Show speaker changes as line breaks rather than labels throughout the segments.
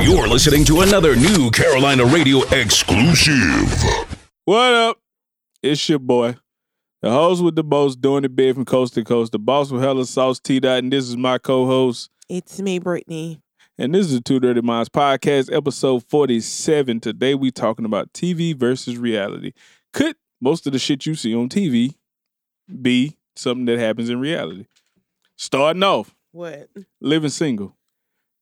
You're listening to another new Carolina Radio exclusive.
What up? It's your boy, the host with the most, doing the bid from coast to coast, the boss with hella sauce, T Dot, and this is my co-host,
It's me, Brittany.
and this is the Two Dirty Minds podcast, episode forty-seven. Today we talking about TV versus reality. Could most of the shit you see on TV be something that happens in reality? Starting off,
What?
living single.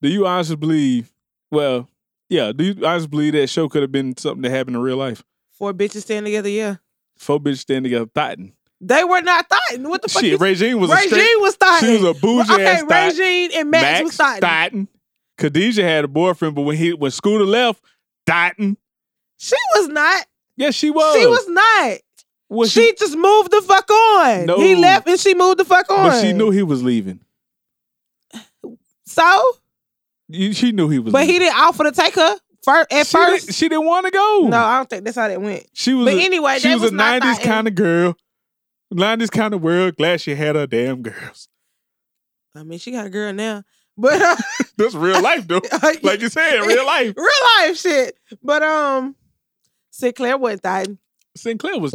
Do you honestly believe? Well, yeah. Do you honestly believe that show could have been something that happened in real life?
Four bitches standing together? Yeah.
Four bitches standing together thotting.
They were not thotting. What the fuck?
Shit,
you-
Regine was a
Regine
straight.
was thotting.
She was a bougie
Okay,
ass thot.
Regine and Max, was thotting.
thotting. Khadijah had a boyfriend, but when he when Scooter left, thotting.
She was not.
Yes, she was.
She was not.
Well,
she, just moved the fuck on.
No.
He left and she moved the fuck on.
but she knew he was leaving.
So,
You- She knew he was.
but
leaving.
he didn't offer to take her fir- at
she
first.
Didn't, she didn't want to go.
no, I don't think that's how that went.
she was.
But
a-
anyway,
she
they
was,
was
a
not
'90s
thotting.
kind of girl. '90s kind of world. Glad she had her damn girls.
I mean, she got a girl now, but uh,
That's real life, though. Like you said, real life.
real life shit. But um, Sinclair wasn't thotting.
Sinclair was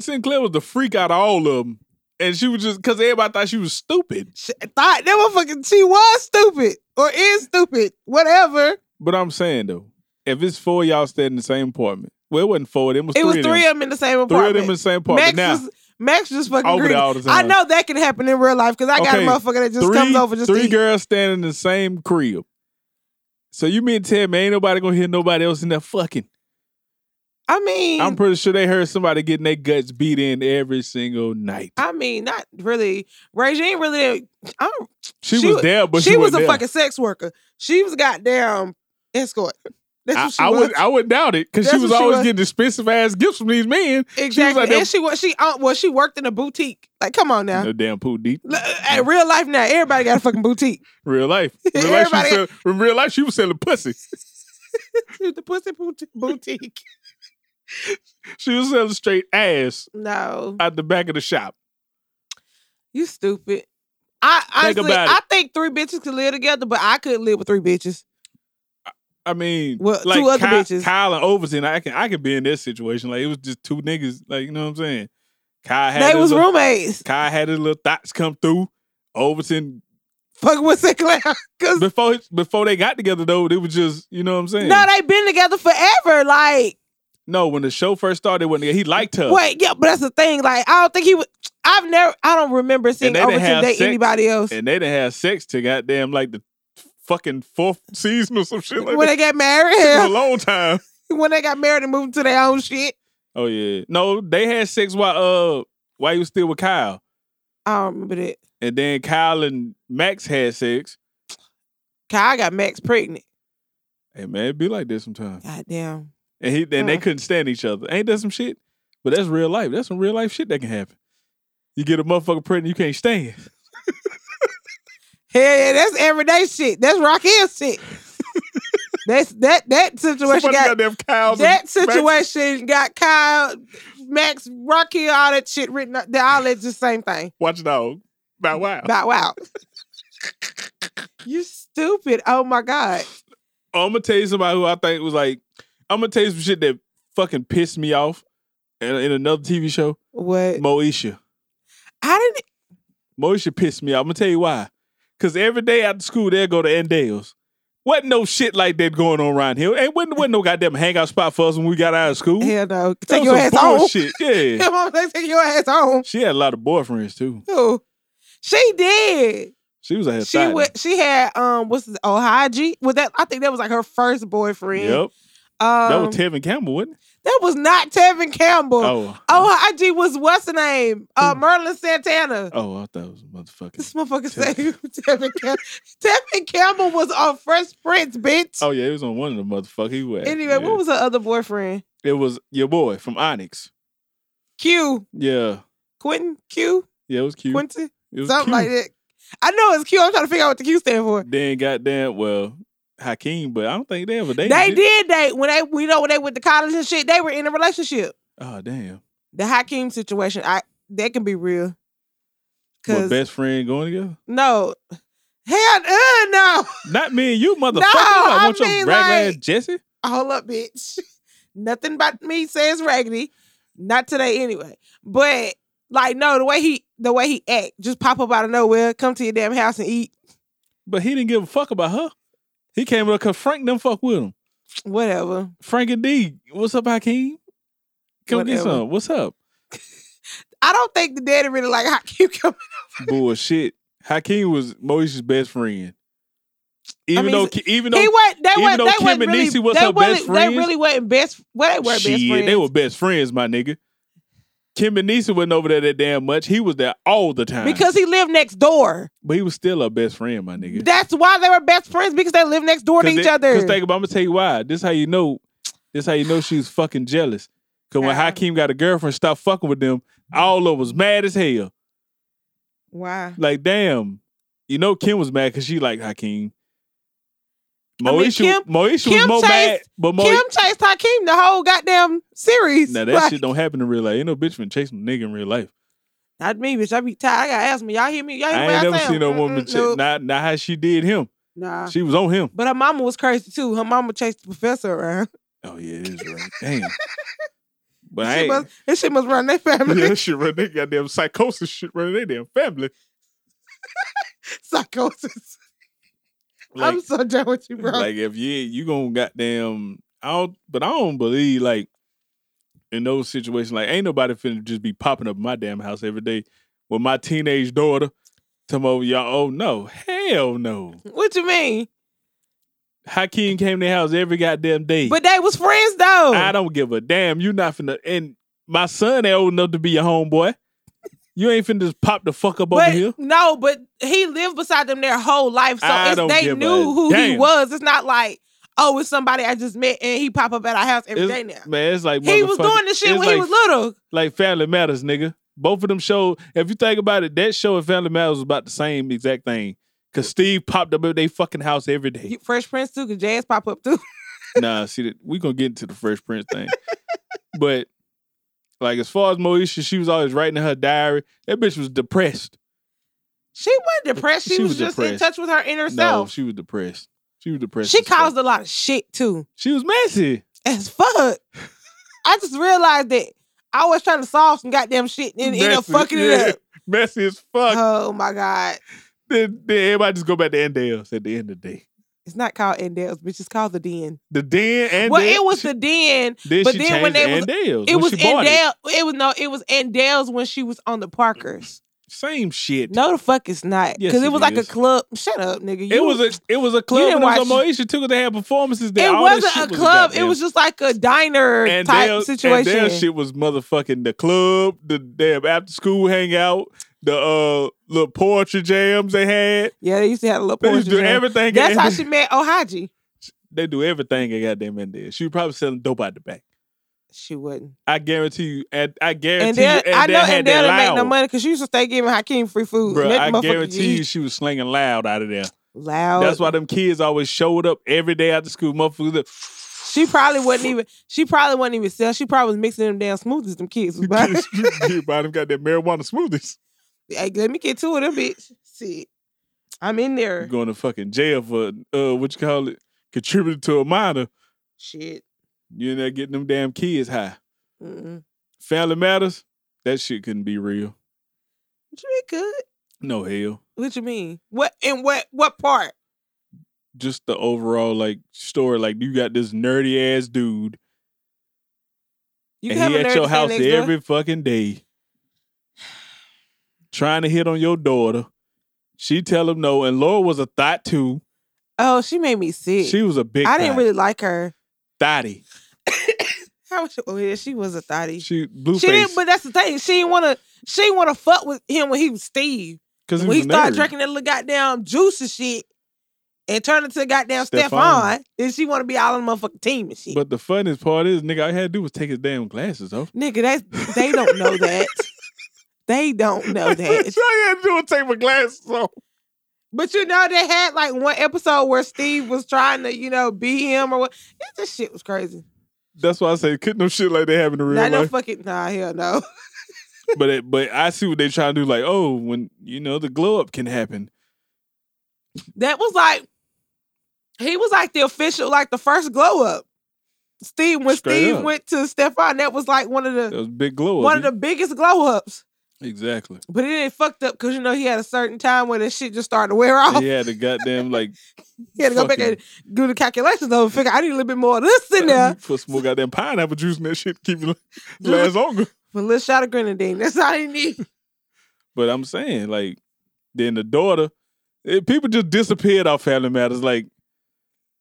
Sinclair was the freak out of all of them, and she was just because everybody thought she was stupid.
She thought that motherfucking she was stupid or is stupid, whatever.
But I'm saying though, if it's four of y'all staying in the same apartment, well, it wasn't four. of them, It was
It
three.
was
of
three
them.
of them in the same
three
apartment.
of them in the same
Max
apartment. Now
was Max was just fucking
over
greedy.
there all the
I
time.
know that can happen in real life because I got a
Okay,
motherfucker that just
three,
comes over just to
three
eat.
girls standing in the same crib. So you mean to tell me ain't nobody gonna hear nobody else in there fucking?
I mean,
I'm pretty sure they heard somebody getting their guts beat in every single night.
I mean, not really. Regine really didn't. I don't,
She,
she
was
was-
there, but she,
she was a
wasn't there.
fucking sex worker. She was a goddamn escort. That's
I,
what she
I
was.
would I would doubt it because she
That's
was
what she
always
was.
getting expensive ass gifts from these men.
exactly.
like them-
and she was she uh, well she worked in a boutique. Like, come on now.
No damn poo deep.
L- uh, At real life now, everybody got a fucking boutique.
Real life. Real life, she was
Everybody-
selling, in real life, she was selling pussy.
the pussy bout- boutique.
She was selling straight ass
No,
out the back of the shop.
you stupid. I
Think
honestly,
about it.
I think three bitches could live together, but I couldn't live with three bitches.
I mean,
Well,
like
two other
Kyle,
bitches.
Kyle and Overton, I can I could be in this situation. Like it was just two niggas. Like you know what I'm saying. Kyle had
They
his
was
little,
roommates.
Kyle had his little thoughts come through. Overton
Fucking with Sinclair. Cause
before before they got together though, it was just you know what I'm saying.
no, they been together forever. Like,
no, when the show first started, when he liked her,
wait, yeah, but that's the thing. Like, I don't think he would. I've never. I don't remember seeing
they didn't
Overton
have
date
sex.
anybody else
and they didn't have sex till goddamn like the fucking fourth season or some shit like that.
when they got married.
It was a long time.
When they got married and moved to their own shit.
Oh yeah. No, they had sex while uh while you was still with Kyle.
I don't remember that.
And then Kyle and Max had sex.
Kyle got Max pregnant.
Hey man, it be like that sometimes.
Goddamn.
And he and they
Mhm.
couldn't stand each other. Ain't that some shit? But that's real life. That's some real life shit that can happen. You get a motherfucker pregnant you can't stand.
Hell yeah, that's everyday shit. That's rock and shit. that's that that
Somebody
situation
got
got,
them Kyle's
that
and Max's-
situation got Kyle, Max, Rocky, all that shit written up. That all that's the same thing.
Watch dog. Bow wow.
Bow wow. you stupid. Oh my God.
I'm gonna tell you somebody who I think was like, I'm gonna tell you some shit that fucking pissed me off in, in another TV show.
What?
Moesha.
I didn't
Moisha pissed me off. I'm gonna tell you why. Cause every day after school they'll go to Endale's. Wasn't no shit like that going on around here. Ain't wasn't, wasn't no goddamn hangout spot for us when we got out of school.
hell no.
That
Take
was
your
some
ass home.
bullshit. Yeah.
Come on, let's take your ass home.
she had a lot of boyfriends too.
Ooh. She did.
She was a
She went, she had um what's his Ohaji? Was that I think that was like her first boyfriend.
Yep.
Um,
that was Tevin Campbell, wasn't it?
That was not Tevin Campbell. Oh,
Oh. Hmm.
IG was what's the name? Uh, Merlin Santana.
Oh, I thought it was a motherfucking.
This motherfucker
Tev-
said Tevin Campbell. Tevin Campbell was on Fresh Prince, bitch.
Oh yeah, it was on one of the motherfuckers. He was.
anyway,
yeah.
what was her other boyfriend?
it? Was your boy from Onyx?
Q.
Yeah,
Quentin? Q?
yeah, it was cute.
Quentin?
it was
Something
cute.
like that. I know it's Q. I'm trying to figure out what the Q stand for.
Then goddamn, well, Hakeem, but I don't think they ever dated.
They did date when they we know when they went to college and shit, they were in a relationship.
Oh damn.
The Hakeem situation, I that can be real.
What
Cause
best friend going together?
No. Hell uh, no.
Not me and you, motherfucker.
No,
I
I
want your
mean,
rag ass
like-
Jesse.
Hold up, bitch. Nothing about me says raggedy. Not today anyway. But like no, the way he the way he act, just pop up out of nowhere, come to your damn house and eat.
But he didn't give a fuck about her. He came up because Frank done fuck with him.
Whatever.
Frank and D, what's up, Hakeem? Come get
Whatever.
some. What's up?
I don't think the daddy really like hot cucumber.
Bullshit. Hakeem was Moesha's best friend. Even
mean,
though, Ki- even though,
he was they
even
weren't
though
they
Kim
weren't
and
really,
Niecy was
they,
her best
really-
friends?
they really wasn't best well they were best
Shit,
friends.
they were best friends, my nigga. Kim and Nisa wasn't over there that damn much. He was there all the time.
because he lived next door.
but he was still her best friend, my nigga.
That's why they were best friends because they lived next door to each other.
Because think about, I'm gonna tell you why. This how you know. This how you know she was fucking jealous. Because when
How?
Hakeem got a girlfriend, stopped fucking with them. All of was mad as hell.
why?
Like damn, you know Kim was mad because she liked Hakeem.
I mean,
Moesha,
Kim-
Moesha was
Kim
more
chased-
mad, but Moesha.
Kim chased Hakeem the whole goddamn series.
Now that
Like,
shit don't happen in real life. Ain't no bitch been chasing a nigga in real life.
Not me, bitch. I be tired. I gotta ask me. Y'all hear me? Y'all hear
I
what
ain't never
sound?
seen no woman
Mm-mm,
chase.
mm, nope. Uh.
Not not how she did him.
Nah.
She was on him.
But her mama was crazy too. Her mama chased the professor around.
Oh yeah, it is right. Damn. But I
She
ain't.
must, and she must run their family.
yeah, that shit running. They goddamn psychosis shit running. They damn family.
Psychosis.
Like,
I'm so done with you, bro.
like if you you gonna goddamn. I don't. But I don't believe like in those situations. Like ain't nobody finna just be popping up in my damn house every day with my teenage daughter. Come over, y'all. Oh no, hell no.
what you mean?
Hakeem came to the house every goddamn day.
But they was friends though.
I don't give a damn. You not finna. And my son ain't old enough to be your homeboy. You ain't finna just pop the fuck up over
but
here.
no, but he lived beside them their whole life, so
I
it's,
don't
they
give a
knew who he
damn.
was. It's not like oh, it's somebody I just met and he pop up at our house every
It's-
day now.
Man, it's like
He was
motherfucking-
doing this shit
it's
when
like,
he was little.
like Family Matters, nigga. Both of them show. If you think about it, that show and Family Matters was about the same exact thing. Cause Steve popped up at they fucking house every day.
You- Fresh Prince too, cause Jazz pop up too.
nah, see that we gonna get into the Fresh Prince thing, but like as far as Moesha, she was always writing in her diary. That bitch was depressed.
She wasn't depressed. She,
She
was,
was
just in
depressed.
touch with her inner
No,
self.
she was depressed. She was depressed.
She
as fuck.
caused a lot of shit too.
She was messy.
As fuck. I just realized that I was trying to solve some goddamn shit and end up
Messy,
fucking
yeah.
it up.
Messy as fuck.
Oh my God.
then, then everybody just go back to Endales at the end of the day.
It's not called Endell's, bitch. It's called the Den.
The den and
well, it was the Den.
Then
But
she
then when
changed
they was-
to Andale's
It
when
was
she bought it.
Endell. It. was no, it was Endell's when she was on the Parkers.
Same shit.
No, the fuck it's not.
Yes,
Because it
it
was like a
is.
club. Shut up, nigga.
it
You-
was a it was a club.
didn't
And it was on
watch-
Moesha too. 'cause They had performances there.
It
All that
wasn't
shit
a
was
club. It
goddamn-
was just like a diner
and
type
their-
situation.
And their shit was motherfucking the club, the damn after school hangout, the uh little poetry jams they had.
yeah, they used to have a little
They used
porch.
to do everything. at
That's how
Ende-
she met Ohaji.
They do everything at goddamn Endale. She was probably selling dope out the back.
She wouldn't.
I guarantee you. And I guarantee
And then
you.
I know
had
and they didn't
that
make no
loud.
money because she used to stay giving Hakeem free food.
Bruh,
Let the
I
motherfucker
guarantee you
eat Oh.
she was slinging loud out of there.
Loud.
That's why them kids always showed up every day after school. Motherfuckers, look,
she probably wasn't even. She probably wasn't even sell. She probably was mixing them damn smoothies. Them kids was buying.
everybody got that marijuana smoothies.
hey, let me get two of them, bitch. See, I'm in
You
there.
going to fucking jail for uh, what you call it? Contributing to a minor.
Shit.
You in there getting them damn kids high.
Mm-mm.
Family matters. That shit couldn't be real.
What you mean good?
No hell.
What you mean? What and what? What part?
Just the overall like story. Like you got this nerdy ass dude,
You
and he
nerd
at your
to stay
house
next door.
every fucking day, trying to hit on your daughter. She tell him no, and Laura was a thought too.
Oh, she made me sick.
She was a big.
I didn't
thotty.
really like her.
thotty.
How was she? Oh yeah, she was a thotty.
She blue
She didn't, but that's the thing. She didn't want to. She didn't want to fuck with him when he was Steve.
because
when he started
drinking.
drinking that little goddamn juice and shit, and turned into goddamn
Stephon.
Stefan, then she want to be all on the motherfucking team and shit.
But the funniest part is, nigga, all I had to do was take his damn glasses off.
Nigga, that's they don't know that. they don't know that.
I had to do was take my glasses off.
But you know, they had like one episode where Steve was trying to, you know, be him or what. It, this shit was crazy.
That's why I say couldn't no shit like they have in the real
Not no
life.
fucking nah, hell no.
but it, but I see what they trying to do. Like, oh, when you know the glow up can happen.
That was like he was like the official, like the first glow up. Steve when
Straight
Steve
up.
went to Stefan, that was like one of
That
the
was big glow.
one of the biggest glow ups.
exactly.
But it didn't fucked up because you know he had a certain time where the shit just started to wear off.
He had the goddamn like
he had to go back and
fucking-
do the calculations though and figure I need a little bit more of this in there.
put some more goddamn pineapple juice in that shit. Keep it last longer.
But a little shot of grenadine. That's all he need.
But I'm saying, like, then the daughter, eh, people just disappeared off Family Matters. Like,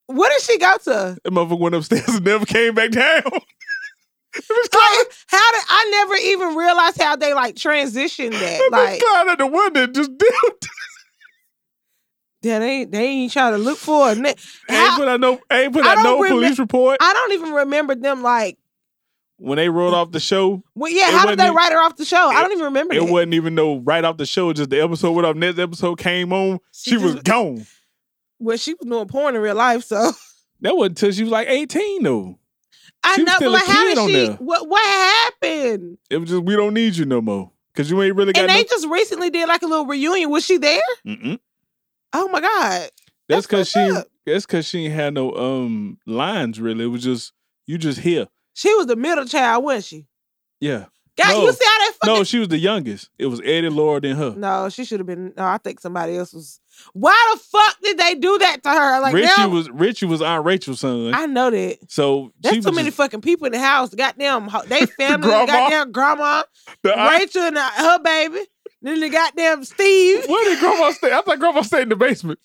What did she go to?
that motherfucker went upstairs and never came back down.
Like, how did I never even realize how they like transitioned that?
Like,
Like
climbed at the window and just dipped.
yeah, they they ain't trying to look for a na-
ain't
How-
put out no, ain't put
I
out no
don't remem-
police report.
I don't even remember them like
when they rolled off the show,
well yeah,
It
how
wasn't
did they
even-
write her off the show? I don't even remember
it
that.
wasn't even no right off the show. Just the episode, what our next episode came on, she,
She
was
just-
gone.
Well, she was doing porn in real life, so
That wasn't until she was like 18, though.
I
She was
know
still
but
a
like, how
kid
did
on
she
there.
what what happened?
It was just, we don't need you no more. Cause you ain't really got
And
no.
they just recently did like a little reunion. Was she there?
Mm-mm.
Oh my God.
That's
That's
cause she.
fucked up.
That's cause she ain't had no um lines really. It was just you just here.
She was the middle child, wasn't she?
Yeah.
God,
No.
you see how that fucking
No, she was the youngest. It was Eddie, Laura, then her.
No, she should have been. No, I think somebody else was. Why the fuck did they do that to her? Like
Richie
now,
was Richie was Aunt Rachel's son.
I know that.
so
That's
she
too
was
many
just-
fucking people in the house. Goddamn, ho- they family,
grandma.
the goddamn grandma,
the aunt-
Rachel and uh, her baby, then the goddamn Steve.
Where did Grandma stay? I thought Grandma stayed in the basement.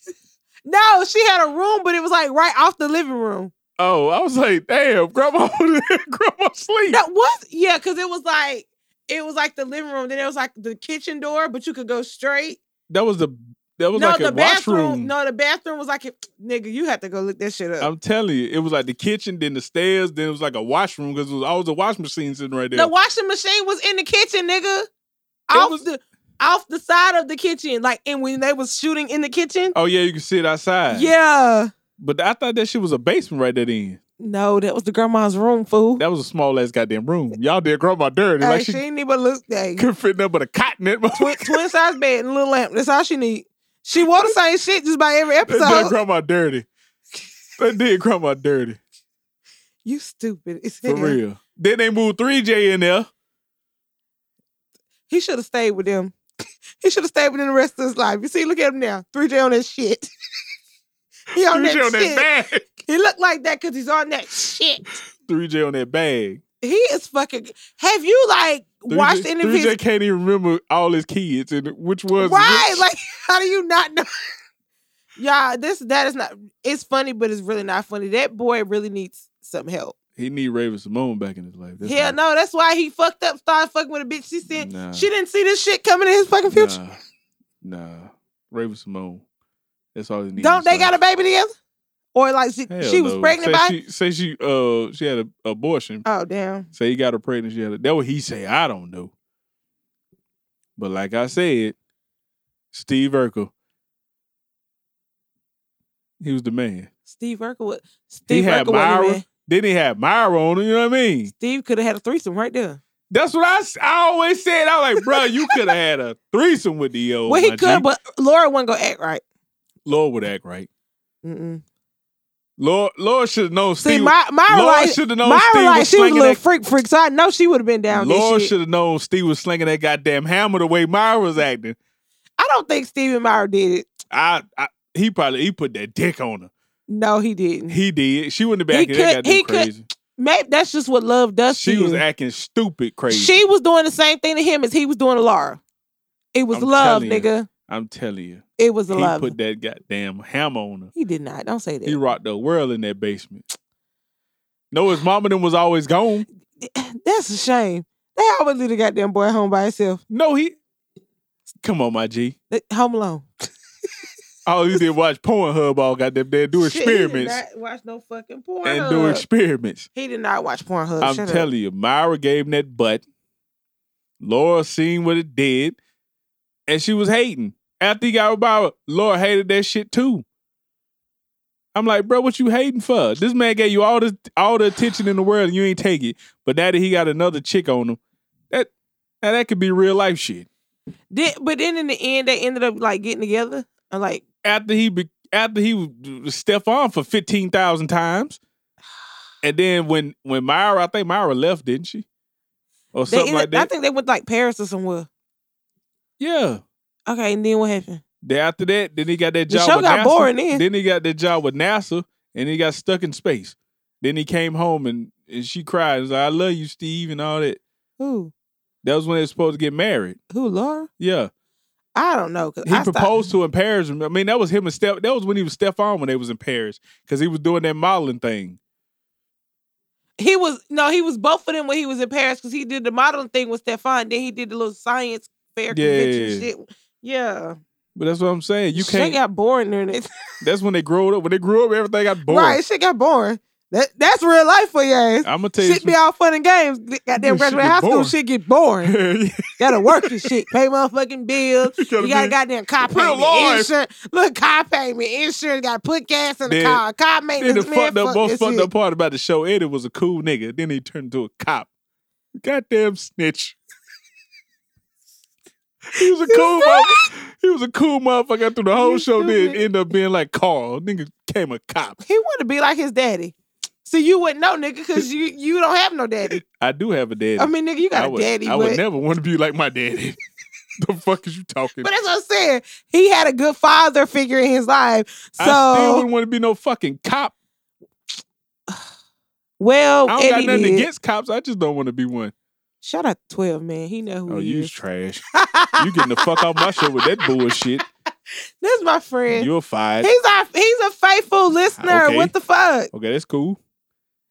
No, she had a room, but it was like right off the living room.
Oh, I was like, damn, Grandma, Grandma sleep.
That was yeah, because it was like it was like the living room. Then it was like the kitchen door, but you could go straight.
That was the that was
no,
like
the
a washroom.
No, the bathroom was like, it- nigga, you have to go look that shit up.
I'm telling you, it was like the kitchen, then the stairs, then it was like a washroom because it was always a wash machine sitting right there.
The washing machine was in the kitchen, nigga. Off
was-
the off the side of the kitchen, like and when they was shooting in the kitchen.
oh yeah, you can sit outside.
Yeah.
But I thought that shit was a basement right there then.
No, that was the grandma's room, fool.
That was a small ass goddamn room. Y'all did grandma dirty.
Hey,
like
she,
she,
ain't even look that.
couldn't fit nothing but a cotton in my
twin, twin size bed and a little lamp. That's all she need. She wore the same shit just by every
They did
episode.
grandma dirty. They did grandma dirty.
You stupid. as
For
hell.
real. Then they moved 3J in there.
He should have stayed with them. he should have stayed with them the rest of his life. You see, look at him now. 3J on that shit. he on
3J
that
on
shit.
that bag.
he looked like that because he's on that shit.
3J on that bag.
He is fucking. Have you like
3J,
watched any of
3J
his?
can't even remember all his kids and which was
Right?
which.
Like, how do you not know? Y'all, this that is not. It's funny, but it's really not funny. That boy really needs some help.
He need Raven Simone back in his life. That's
Hell
all.
no, that's why he fucked up. Started fucking with a bitch. She said
Nah.
she didn't see this shit coming in his fucking future.
Nah. nah. Raven Simone. That's all he needs.
Don't they got a baby together? Or like she,
Hell
she was
no.
pregnant
say
by?
She, say she uh she had an abortion.
oh damn.
Say he got her pregnant. She had a, that what he say. I don't know. But like I said, Steve Urkel, he was the man.
Steve Urkel. was- Steve
had
Urkel wasn't
Myra.
even-
Then he had Myra on him. You know what I mean?
Steve could have had a threesome right there.
That's what I, s- I always said. I was like, bro, you could have had a threesome with the old.
well, he
Oh, my
could,
G."
but Laura wasn't gonna act right.
Lord would act right.
Mm-mm.
Lord, Lord should have known
See,
Steve.
my Myra
Lord
like,
should have known
Myra
Steve
like
was
she was a
slinging
little
that.
freak freak, so I know she would have been down. with
Lord
shit.
should have known Steve was slinging that goddamn hammer the way Myra was acting.
I don't think Stephen Meyer did it.
I, I he probably he put that dick on her.
No, he didn't.
He did. She wouldn't have
He
been acting that
could-
goddamn
he could-
crazy.
Maybe that's just what love does.
She
to
was
you.
acting stupid crazy.
She was doing the same thing to him as he was doing to Laura. It was
I'm
love,
telling you.
nigga.
I'm telling you.
It was
He
love.
put that goddamn hammer on her.
he did not. Don't say that.
He rocked the world in that basement. No, his mom and them was always gone.
that's a shame. They always leave the goddamn boy home by himself.
No, he Come on, my G.
They- Home alone.
All he did watch Pornhub all goddamn day, do
Shit, he did
experiments.
not watch no fucking porn.
And do experiments.
he did not watch Pornhub.
I'm
Oh, Shut up.
telling you, Myra gave him that butt. Laura seen what it did, and she was hating. After he got with Myra, Laura hated that shit too. I'm like, bro, what you hating for? This man gave you all this all the attention in the world, and you ain't take it. But now that he got another chick on him, that now that could be real life shit.
Did, but then in the end, they ended up like getting together. I'm like,
after he be, after he was Stephon for fifteen thousand times, and then when when Myra, I think Myra left, didn't she, or
They
something
either-
like
I
that?
think they went like Paris or somewhere.
yeah.
Okay, and then what happened?
Then after that, then he got that
The
job.
show
with
got
NASA.
boring then.
Then he got that job with NASA, and he got stuck in space. Then he came home and and she cried. Was like, I love you, Steve, and all that.
Who?
That was when they were supposed to get married.
Who? Laura?
Yeah,
I don't know. 'cause
he
I stopped-
proposed to her in Paris. I mean, that was him and Steph. That was when he was Stephon when they was in Paris because he was doing that modeling thing.
He was no, he was both of them when he was in Paris because he did the modeling thing with Stefan. Then he did the little science
Yeah,
fair convention
yeah, yeah.
shit. Yeah,
But that's what I'm saying. You
Shit
can't.
got boring during it.
that's when they grew up. When they grew up, everything got boring.
Right, shit got boring. That that's real life for your ass.
I'm gonna tell you.
Shit be all fun and games. Goddamn
Shit
graduate
get
high school
boring.
shit get boring.
some-
Gotta work and shit. Pay motherfucking bills.
You gotta
You got a
be-
goddamn car
Real
payment,
life.
insurance. Look, car payment, insurance. Got to put gas in the
Then-
car. Car
Then the
maintenance. man,
fucked up,
fuck
most
this
fucked
shit.
up part about the show, Eddie was a cool nigga. Then he turned into a cop. Goddamn snitch. he was a cool motherfucker. He was a cool motherfucker through the whole
You
show. Then
stupid.
end up being like Carl. Nigga became a cop.
He want to be like his daddy. So you wouldn't know, nigga, because you you don't have no daddy.
I do have a daddy.
I mean, nigga, you got
I
a
would,
daddy,
I
but,
would never want to be like my daddy. the fuck is you talking?
but that's what I'm saying. He had a good father figure in his life. So
I still wouldn't want to be no fucking cop.
well,
I don't
Oh, Eddie
got nothing
did.
against cops. I just don't want to be one.
Shout out to Twelve, man. He know who
Oh,
he
you
is.
trash. You getting the fuck off my show with that bullshit.
That's my friend.
You're fired.
He's our he's a faithful listener.
Ah, Okay.
What the fuck?
Okay, that's cool.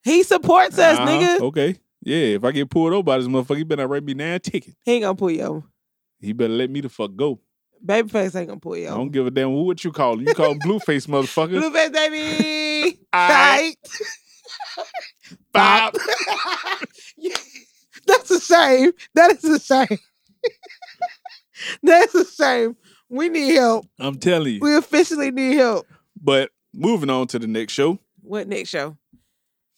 He supports us,
Uh-huh.
nigga.
Okay. Yeah, if I get pulled over by this motherfucker, he better not write me nine ticket.
He ain't gonna pull you over.
He better let me the fuck go.
Babyface ain't gonna pull you
I
over.
don't give a damn what you call him. You call him Blueface, motherfucker.
Blueface baby.
I
Tight.
bop.
That's a shame. That is a shame. That's a shame. We need help.
I'm telling you.
We officially need help.
But moving on to the next show.
What next show?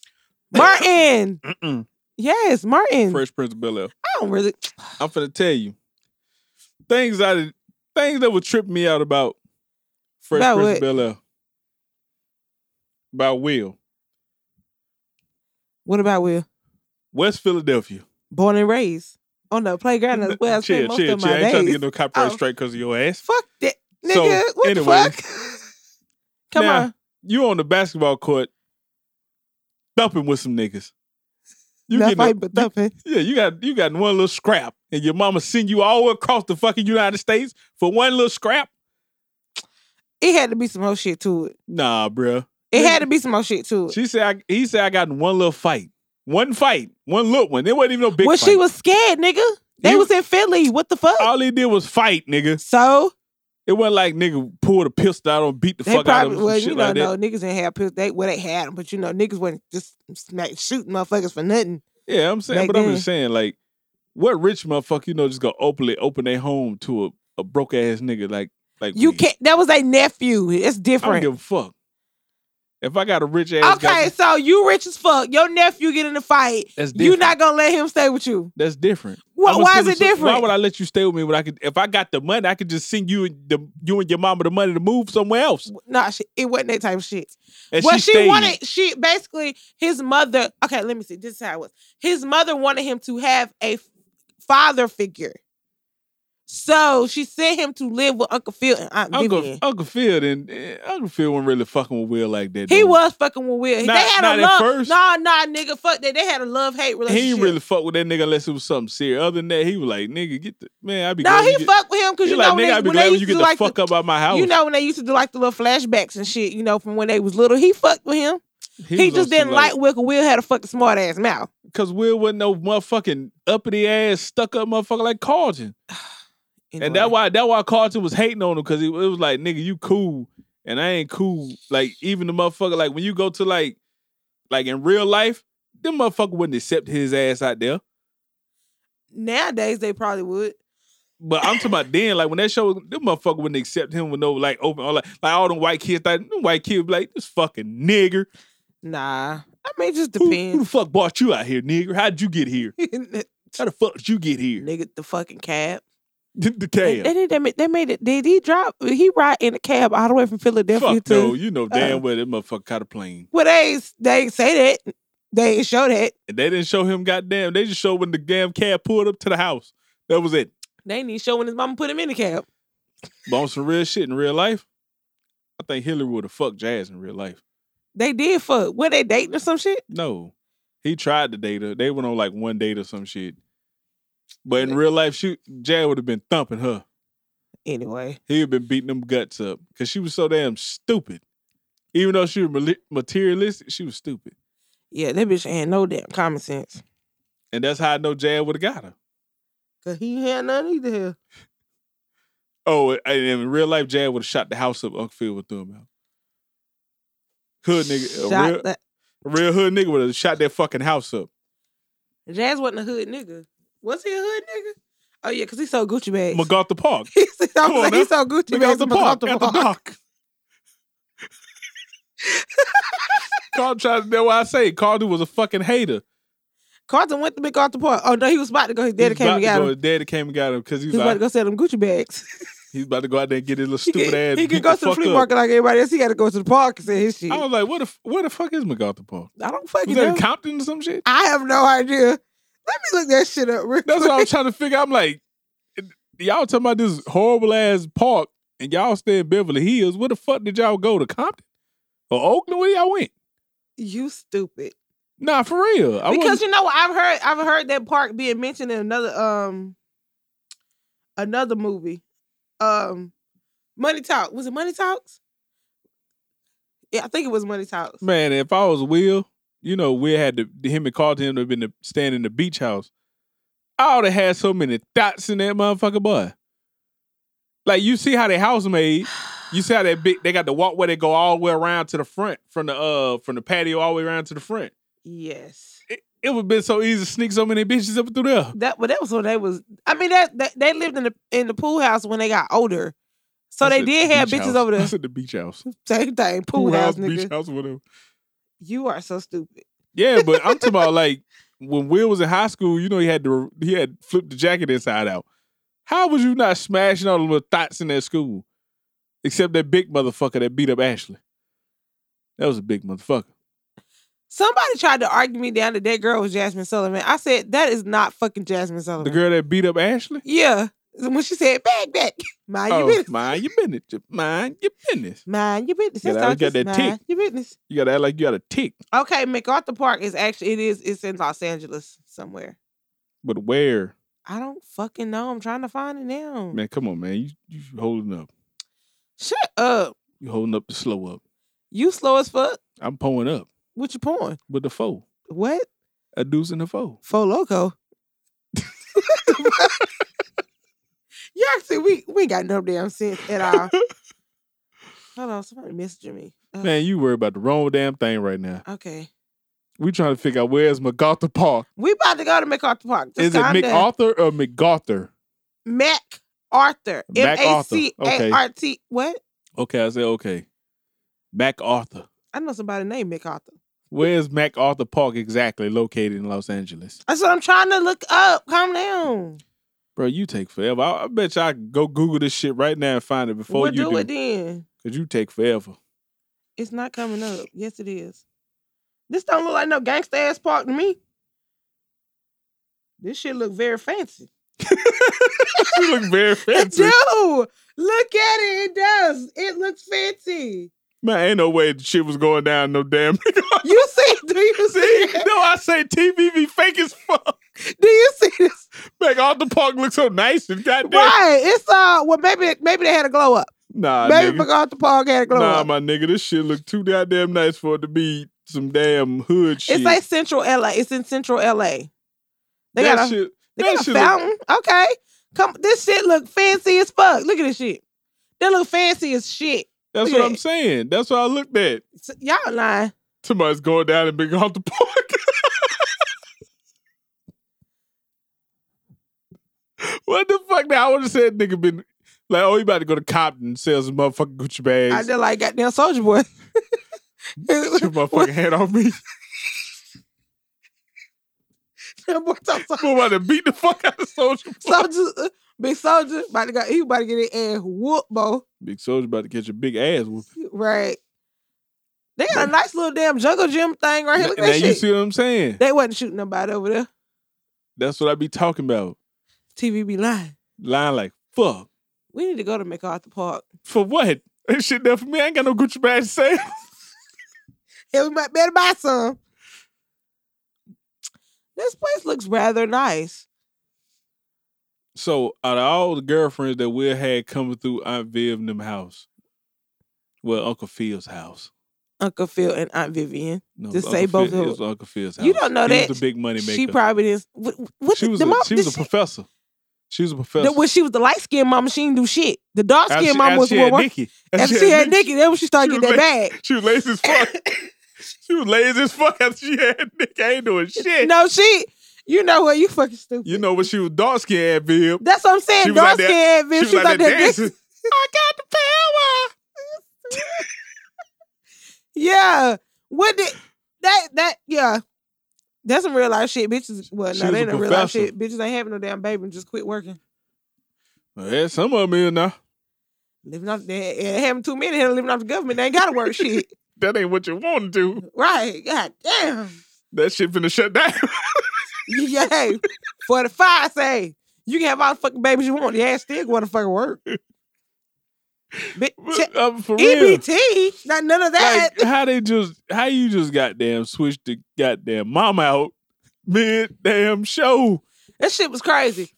Martin.
Mm-mm.
yes, Martin.
Fresh Prince of Bel Air.
I don't really.
I'm finna tell you things I things that would trip me out about Fresh
About
Prince
what?
of Bel Air. About Will,
What about Will?
West Philadelphia.
Born and raised on the playground as well. I
chill,
spent most
chill,
of
chill. I
my
ain't trying to
days.
get no copyright
Oh.
strike because of your ass.
Fuck that, nigga.
So,
what
anyway.
the fuck? Come
Now,
on.
you on the basketball court thumping with some niggas. You
Not
getting a-
fight, but thumping.
yeah, you got you got one little scrap, and your mama send you all across the fucking United States for one little scrap.
It had to be some more shit to it.
Nah, bruh.
It
Nigga.
had to be some more shit to it.
She said I, he said I got in one little fight, one fight, one little one. It wasn't even no big.
Well,
fight.
she was scared, nigga. They
You- Oh.
was in Philly. What the fuck?
all he did was fight, nigga.
So
It wasn't like nigga pulled a pistol out and beat the
they
fuck out of him
probably
some
well,
shit
you
like that.
don't know niggas didn't have pills. They well they had them, but you know niggas wasn't just smack shooting motherfuckers for nothing.
Yeah, I'm saying,
Back
but I'm
then.
just saying, like, what rich motherfucker you know just gonna openly open their home to a, a broke ass nigga like like
You
me?
can't. That was a nephew. It's
I don't
different.
give a fuck. If I got a rich ass,
Okay,
guy,
so you rich as fuck. Your nephew get in a fight.
that's different.
You not gonna let him stay with you.
that's different.
Why-
I'ma
why
send
is
him some- Why
it different?
would I let you stay with me when I could? If I got the money, I could just send you and the you and your mama the money to move somewhere else.
Nah, she, it wasn't that type of shit.
And
well, she,
she, stayed.
wanted she basically his mother. Okay, let me see. This is how it was. His mother wanted him to have a f- father figure, so she sent him to live with Uncle Phil and Aunt
Uncle
Vivian.
Uncle Phil and eh, Uncle Phil wasn't really fucking with Will like that.
He
though.
was fucking with Will.
Not-
they had
not
a
at
love.
first.
Nah, nah, nigga, fuck that. They had a love hate relationship.
He ain't really fuck with that nigga unless it was something serious. Other than that, he was like, "Nigga, get the man." I be
No,
glad
he
you get-
fucked with him because
He
you
like,
know
nigga, I'd
when
be
they, when they
glad when
used
you
to
get
do
the
like
fuck
the,
up out my house.
you know when they used to do like the little flashbacks and shit. You know from when they was little. He fucked with him.
was
He, just
on some,
didn't like Will. 'cause Will had a fucking smart ass mouth.
because Will wasn't no motherfucking uppity ass stuck up motherfucker like Carlton, and that
Anyway.
why that why Carlton was hating on him because it was like, nigga, you cool, and I ain't cool. Like even the motherfucker, like when you go to like, like in real life, them motherfucker wouldn't accept his ass out there.
nowadays they probably would.
But I'm talking about then, like when that show, them motherfucker wouldn't accept him with no like open, all like, like all them white kids, like them white kids be like this fucking nigger.
Nah. I mean, it just
Who, who the
depends.
fuck brought you out here, nigger? How'd you get here? How the fuck did you get here?
Nigga, the fucking cab.
the
They,
cab.
they, made, they made it. Did he drop? He ride in a cab all the way from Philadelphia
Fuck
to?
no, you know damn
Uh-uh.
well that motherfucker caught a plane.
Well, they they say that they ain't show that.
And they didn't show him goddamn. They just showed when the damn cab pulled up to the house. That was it.
They need show when his mama put him in the cab.
But on some real shit in real life, I think Hillary would have fucked Jazz in real life.
They did fuck. Were they dating or some shit?
No. He tried to date her. They went on like one date or some shit. But in real life, she Jazz would have been thumping her.
Anyway,
He had been beating them guts up because she was so damn stupid. Even though she was mali- materialistic, she was stupid.
yeah, that bitch ain't no damn common sense.
And that's how I know Jazz would have got her.
Cause he ain't had none either. Here.
Oh, and and in real life, Jad would have shot the house up Uckfield with them out. Hood nigga, a
Shot
real,
that-
a real hood nigga would have shot that fucking house up.
Jazz wasn't a hood nigga. Was he a hood nigga? Oh yeah, cause he sold Gucci bags.
MacArthur Park.
he sold,
Come on
he
now.
sold Gucci bags.
MacArthur
from
Park.
MacArthur
At the
Park.
dock. Carl tried to, that's why I say Carl dude was a fucking hater.
Carlton went to MacArthur Park. Oh no, he was about to go. His daddy came and got him.
His daddy came and got him because he was
He was about to
like,
go sell them Gucci bags.
he's about to go out there and get his little
He
stupid
could,
ass.
he
beat
could go to the
fuck
flea
up.
market like everybody else. He got to go to the park and sell his shit.
I
I,
was like, what the, f- where the fuck is MacArthur Park?
don't fucking
Was
know.
that in Compton or some shit?
I have no idea. Let me look that shit up real
That's
quick.
what I was trying to figure. I'm like, y'all talking about this horrible ass park, and y'all stay in Beverly Hills. Where the fuck did y'all go to Compton or Oakland? Where y'all went?
You stupid.
Nah, for real. I
because
wasn't-
you know what? I've heard I've heard that park being mentioned in another um another movie. Um Money Talk. Was it Money Talks? Yeah, I think it was Money Talks.
man, if I was Will, you know, Will had to him and Carlton would have been to stand in the beach house. I would have had so many thoughts in that motherfucker boy. Like you see how they house made. You see how that big they got the walkway they go all the way around to the front from the uh from the patio all the way around to the front.
Yes.
it, it would have been so easy to sneak so many bitches up through there.
That but that was when they was I mean that, that they lived in the in the pool house when they got older. So
I
they
said
did have
beach
bitches
house.
over
I
the
said the beach house.
same thing. Pool house, nigga.
beach house, whatever.
You are so stupid.
Yeah, but I'm talking about like when Will was in high school. You know, he had to he had flipped the jacket inside out. How was you not smashing all the little thoughts in that school? Except that big motherfucker that beat up Ashley. That was a big motherfucker.
Somebody tried to argue me down that that girl was Jasmine Sullivan. I said that is not fucking Jasmine
The
Sullivan.
girl that beat up Ashley.
Yeah. When she said back back, mind your
Oh,
business.
mind your business. Just Mind your business.
Mind your business.
Yeah,
That's
I
all
got
just
that
mind
tick.
Your business.
You gotta act like you got a tick,
Okay, MacArthur Park is actually it is it's in Los Angeles somewhere.
but where?
I don't fucking know. I'm trying to find it now.
Man, come on, man. You you holding up.
Shut up.
You holding up the slow up.
You slow as fuck.
I'm pulling up
What you pouring?
with the foe,
What?
a deuce and a foe.
Fo loco. you actually we we ain't got no damn sense at all. Hold on, somebody messaging me. Ugh,
Man, you worry about the wrong damn thing right now.
Okay.
We trying to figure out where's MacArthur Park.
We about to go to MacArthur Park. Just
Is it
calm down.
MacArthur or MacArthur?
Mac Arthur. M A
MacArthur.
C A R T. What?
Okay, I said okay. MacArthur.
I know somebody named MacArthur.
Where's MacArthur Park exactly located in Los Angeles?
That's what I'm trying to look up. Calm down.
Bro, you take forever. I, I bet you I can go Google this shit right now and find it before
we'll
you
do,
do.
it then.
Cause you take forever.
It's not coming up. Yes, it is. This don't look like no gangsta ass park to me. This shit look very fancy.
you look very
It
fancy.
do. Look at it. It does. It looks fancy.
Man, ain't no way the shit was going down no damn.
You see? it? Do you see?
See,
it?
no, I say TVV fake as fuck.
Do you see this?
MacArthur Park looks so nice and goddamn.
Right. It's uh. Well, maybe maybe they had a glow up.
Nah,
Maybe
nigga.
MacArthur Park had a glow
nah,
up.
my nigga, this shit look too goddamn nice for it to be some damn hood shit.
It's like Central LA. It's in Central LA. They
that
got a,
shit.
they
that
got a
shit look-
fountain. Okay, come. This shit look fancy as fuck. Look at this shit. They look fancy as shit.
That's
look
what
at
I'm
it.
saying. That's what I looked at.
S- Y'all lying.
Somebody's going down and big off the park. what the fuck? Now I would have said nigga been like, oh, you about to go to Compton and sell some motherfucking Gucci
I
bags.
did like goddamn Soldier Boy.
Put your motherfucking hand on me.
That boy talk so-
We're about to beat the fuck out of Soldier
Soldier, uh, big soldier, about to go. He about to get his ass whooped, bo.
Big Soldier about to catch a big ass whoop.
Right. They got a nice little damn jungle gym thing right here. Look at
now
that
you
shit.
see what I'm saying?
They wasn't shooting nobody over there.
That's what I be talking about.
TV be lying.
Lying like fuck
We need to go to MacArthur Park.
for what? That shit there for me. I ain't got no Gucci bag to say.
Yeah, we might better buy some. This place looks rather nice.
So out of all the girlfriends that we had coming through Aunt Viv and them house, well Uncle Phil's house.
Uncle Phil and Aunt Vivian.
No, it
Just
was
say
Uncle
both
Phil,
of
it was Uncle Phil's house.
You don't know
he
that.
was the big money maker.
She probably didn't. What, what
she
the,
was
the
a,
mom,
she was a
did she-
professor. She was a
the,
professor.
when she was the light skinned mama, she didn't do shit. The dark
After
skinned
she-
mama
after
was
she had
more.
Nikki.
After she had Nikki, then when she started
she
getting
was
that bag.
She was lazy as fuck. she was lazy as fuck after she had Nick. I ain't doing shit.
No, she. You know what? You fucking stupid.
You know when she was dark skinned at Bill.
That's what I'm
She
saying.
was out
Dark
there-
skinned bitch. She was out there dancing.
I got the power.
Yeah. What did that that yeah. That's some real life shit. Bitches well
She
no,
was
they
a
ain't real life
professor.
shit. Bitches ain't having no damn baby and just quit working.
Well, there's some of them in now.
Living off they they having too many and living off the government. They ain't gotta work shit.
That ain't what you want to do.
Right. God damn.
That shit finna shut down.
Yeah. hey, Forty five say you can have all the fucking babies you want. Your ass still going to fucking work. Bitch, check-
um, for real.
EBT, not none of that.
Like, how they just how you just goddamn switched the goddamn mom out mid damn show.
That shit was crazy.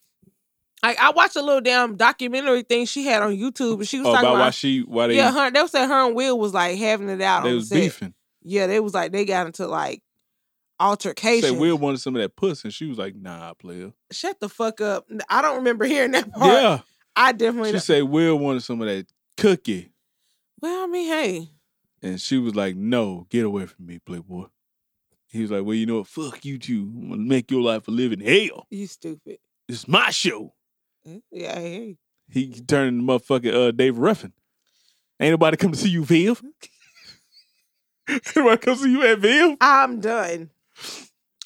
Like I watched a little damn documentary thing she had on YouTube, and she was
Oh,
talking
about
about
why she why they
yeah, her, they was saying her and Will was like having it out
they
on
was
the set.
beefing.
Yeah, they was like they got into like
Say
altercation.
Will wanted some of that puss and she was like, nah, player.
Shut the fuck up! N- I don't remember hearing that part.
yeah.
I definitely.
She
Don't.
said Will wanted some of that cookie.
well, I mean, hey,
And she was like, No, get away from me, Playboy. He was like, Well, you know what? Fuck you too. I'm gonna make your life a living hell.
you stupid.
It's my show.
Mm, Yeah, I hear you.
He turned into motherfucking uh, Dave Ruffin. Ain't nobody come to see you, Viv. Ain't nobody come see you at Viv.
I'm done.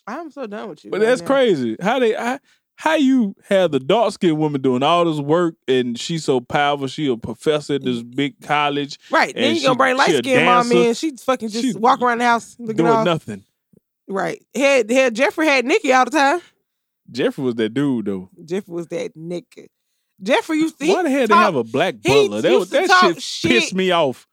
I'm so done with you.
But
right
that's
now.
crazy. How they I, how you have the dark skinned woman doing all this work and she's so powerful, she a professor at
Mm.
this big college,
Right. Then
And
you gonna
she-
bring
she a
light skinned mom
dancer.
in. She fucking just
She
walk around the house looking
doing
all
nothing.
right. Had had Jeffrey had Nikki all the time.
Jeffrey was that dude though.
Jeffrey was that nigga. Jeffrey used to
Why the hell they
talk-
have a black
he
butler? That,
used
was- that
to talk
shit,
shit.
pissed me off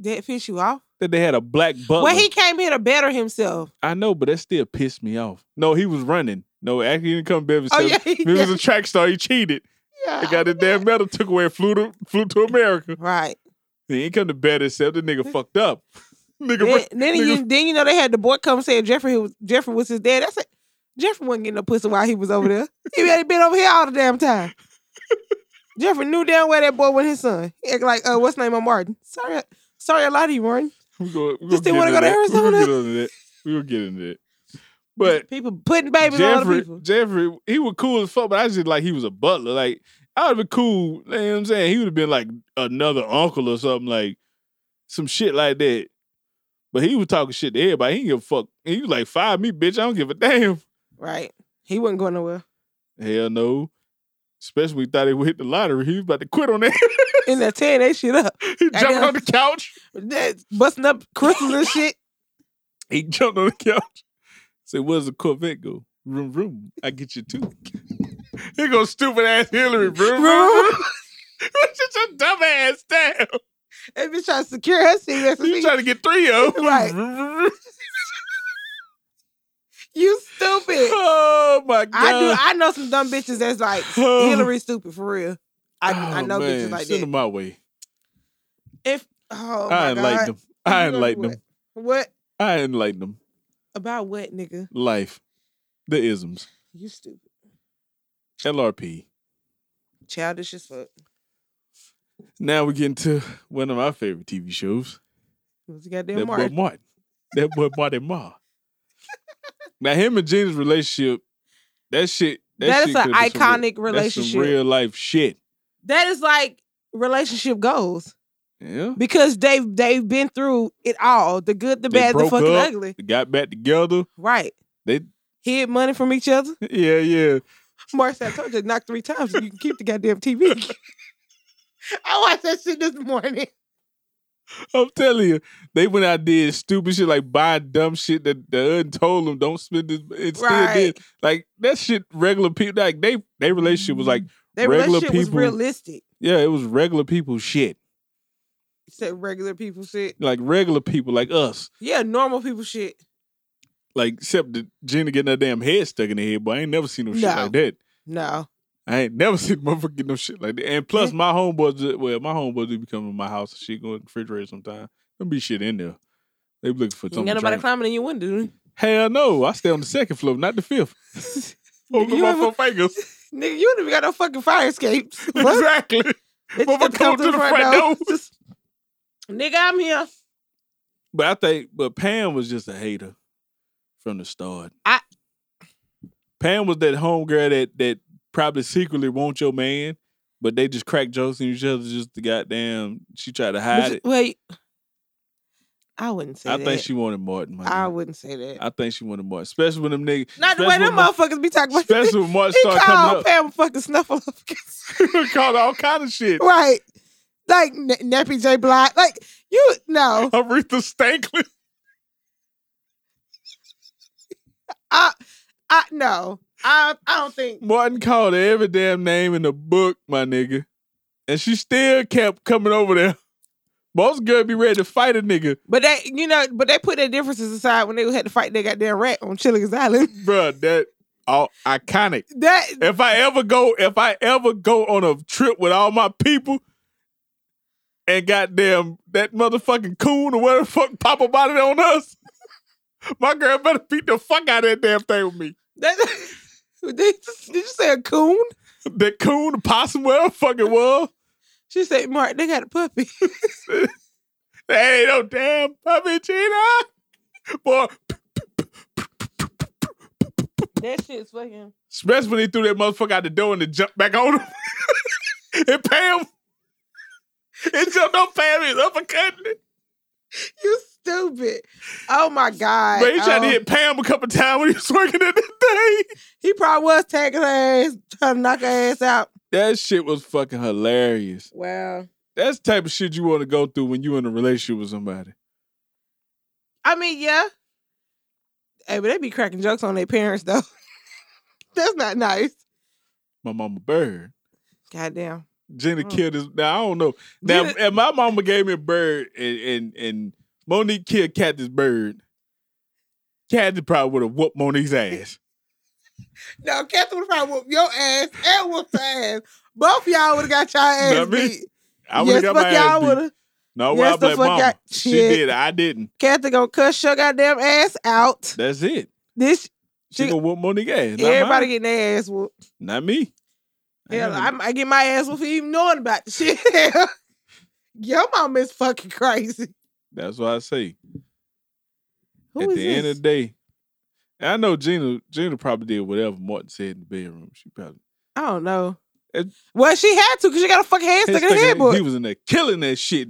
that piss you off?
that they had a black butler.
Well, he came here to better himself.
I know, but that still pissed me off. No, he was running. No, actually, he didn't come Bevis.
Oh
Oh,
yeah, he-
Bevis was a track star. He cheated.
yeah.
They got his damn medal took away and flew to, flew to America.
Right.
He ain't come to bed except the nigga fucked up. nigga,
Then,
ran-
then
nigga-
you then you know they had the boy come say Jeffrey was Jeffrey was his dad. That's it. Jeffrey wasn't getting no pussy while he was over there. He had been over here all the damn time. Jeffrey knew damn well that boy was his son. He act like, uh, what's his name? I'm Martin. Sorry, sorry, I lied to you, Martin.
we gonna- we
Just
gonna
didn't wanna
get
go
into
to
that. We gonna
Arizona.
get into that. We gonna get into that. But
people putting babies on other
Jeffrey,
people.
Jeffrey, he was cool as fuck, but I just like he was a butler. Like I would have been cool. You know what I'm saying? He would have been like another uncle or something like some shit like that. But he was talking shit to everybody. He didn't give a fuck. He was like, "Fire me, bitch. I don't give a damn."
Right. He wasn't going nowhere.
Hell no. Especially when he thought he would hit the lottery. He was about to quit on that.
In that tearing that shit up.
he jumped
know.
on the couch.
That- Busting up crystals and shit.
He jumped on the couch. Say, "Where's the Corvette go? Room, room. I get you too." Here goes stupid ass Hillary. Room, room. room. Shut your dumb ass down.
And bitch trying to secure her seat. That's the
You
thing.
trying to get three of
Right. You stupid.
Oh my god!
I do. I know some dumb bitches that's like
Oh.
Hillary stupid for real. I, I
Oh,
know
man.
bitches like
Send
that.
them my way.
If oh my
I enlighten
God.
them. I
You know
enlighten
what?
them.
What
I enlighten them.
about what nigga?
Life, the isms,
You stupid.
LRP.
Childish as fuck.
Now we get into one of my favorite TV shows.
What's the goddamn
That
mark?
boy Martin. That boy Marty Ma. Now him and Gina's relationship. That shit. That,
That
shit
is an
could've been some real- That's
iconic
some
relationship.
real life shit.
that is like relationship goals.
Yeah.
because they've they've been through it all the good the
They
bad the
broke
fucking
up.
ugly
They got back together.
right
They
hid money from each other.
Yeah, yeah.
Marcy, I told you, knock three times so you can keep the goddamn TV. I watched that shit this morning.
I'm telling you, they went out there and did stupid shit like buying dumb shit that the UN told them don't spend this. It still
Right.
did. Like that shit. Regular people, like they, they relationship was like,
Their
Regular
relationship was
people-
realistic.
yeah, it was regular people shit.
Said regular people shit.
Like regular people, like us.
Yeah, normal people shit.
Like except the Jenna getting her damn head stuck in the head, but I ain't never seen no shit
No.
like that.
No.
I ain't never seen motherfucker get no shit like that. And plus,
Yeah.
my homeboys, ju- well, my homeboys do be coming to my house and shit, going to the refrigerator sometime. There be shit in there. They be looking for
Ain't
something. to
nobody
drink.
climbing in your window.
Hell no, I stay on the second floor, not the fifth. Over
You
my four
ever-
fingers.
Nigga, you don't even got no fucking fire escapes. What?
exactly.
Bitch,
Motherfucker
just
come to the front door.
Just- Nigga, I'm here.
But I think, but Pam was just a hater from the start.
I-
Pam was that homegirl that that probably secretly want your man, but they just crack jokes on each other just to goddamn. She tried to hide
But-
it.
Wait. I wouldn't say
I
that.
think she Uh, wanted Martin. my
I
nigga.
wouldn't say that.
I think she wanted Martin, especially when them niggas,
Not the way
especially
them
when-
motherfuckers be talking about.
especially when Martin
he
started coming
called
up,
Pam a fucking snuffleupagus.
called all kind of shit.
right. Like N- Nappy J Block. Like you no.
Aretha Stanklin.
I I no. I I don't think
Martin called her every damn name in the book, my nigga. And she still kept coming over there. Most girl be ready to fight a nigga.
but they you know, but they put their differences aside when they had to fight their goddamn rat on Chilligan's Island.
Bruh, that all iconic.
That
If I ever go, if I ever go on a trip with all my people and goddamn that motherfucking coon or whatever the fuck pop up out of there on us, my girl better beat the fuck out of that damn thing with me.
that did, did you say a coon?
That coon, the possum, whatever the fuck it was.
She said, Mark, they got a puppy.
That ain't no damn puppy cheetah. Boy,
that shit's fucking
Especially when he threw that motherfucker out the door and it jumped back on him. and Pam. It jumped on Pam and uppercut.
You stupid. Oh my God.
But he tried to
Oh.
hit Pam a couple times when he was working at that thing.
He probably was tagging her ass, trying to knock her ass out.
That shit was fucking hilarious.
Wow.
That's the type of shit you want to go through when you in a relationship with somebody.
I mean, yeah. Hey, but they be cracking jokes on their parents though. That's not nice.
My mama bird.
Goddamn.
Jenna
Mm.
killed his now I don't know. Now
Jenna-
if my mama gave me a bird and and, and Monique killed Cat this bird. Cat probably would have whooped Monique's ass.
No, Catherine would probably whoop your ass and whoop her ass. Both y'all would have got y'all ass
Not me.
beat.
I would
yes,
have got my
fuck
ass
y'all
beat.
would have.
No,
Yes,
why I
the
blame
fuck
mama.
out-
She
shit.
did. it. I didn't.
Catherine gonna cuss your goddamn ass out.
That's it.
This
She
She-
gonna whoop Monique ass. Not
everybody
mine.
getting their ass whooped.
not me. I
Hell,
haven't-
I'm- I, get my ass whooped for even knowing about the shit. your mom is fucking crazy.
that's why I say.
Who is
At the
this?
end of the day, and I know Gina. Gina probably did whatever Martin said in the bedroom. She probably
I don't know.
It-
well, she had to because she got a fucking hand stuck in her
He
headboard.
He was in there killing that shit.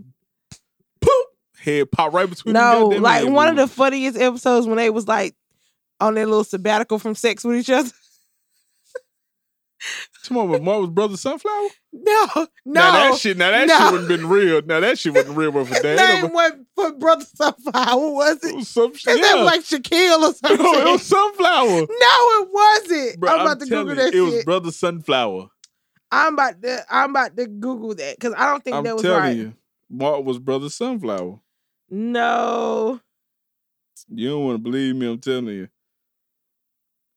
Poop head pop right between.
No,
the
like one of the funniest episodes when they was like on their little sabbatical from sex with each other.
the. Come on, with Martin's brother Sunflower.
No, no,
now that shit. Now that
no.
shit wouldn't been real. Now that shit wasn't real. But for
his
damn,
name wasn't for Brother Sunflower, was
it
it?
was some shit.
His
Yeah.
name was like Shaquille or
no,
something.
it
no,
was Sunflower.
it wasn't.
Bro,
I'm about to Google
telling
that
you, It
shit.
was brother Sunflower.
I'm about to. I'm about to Google that because I don't think
I'm
that was
telling
right.
you, Mark was brother Sunflower.
No,
You don't want to believe me. I'm telling you,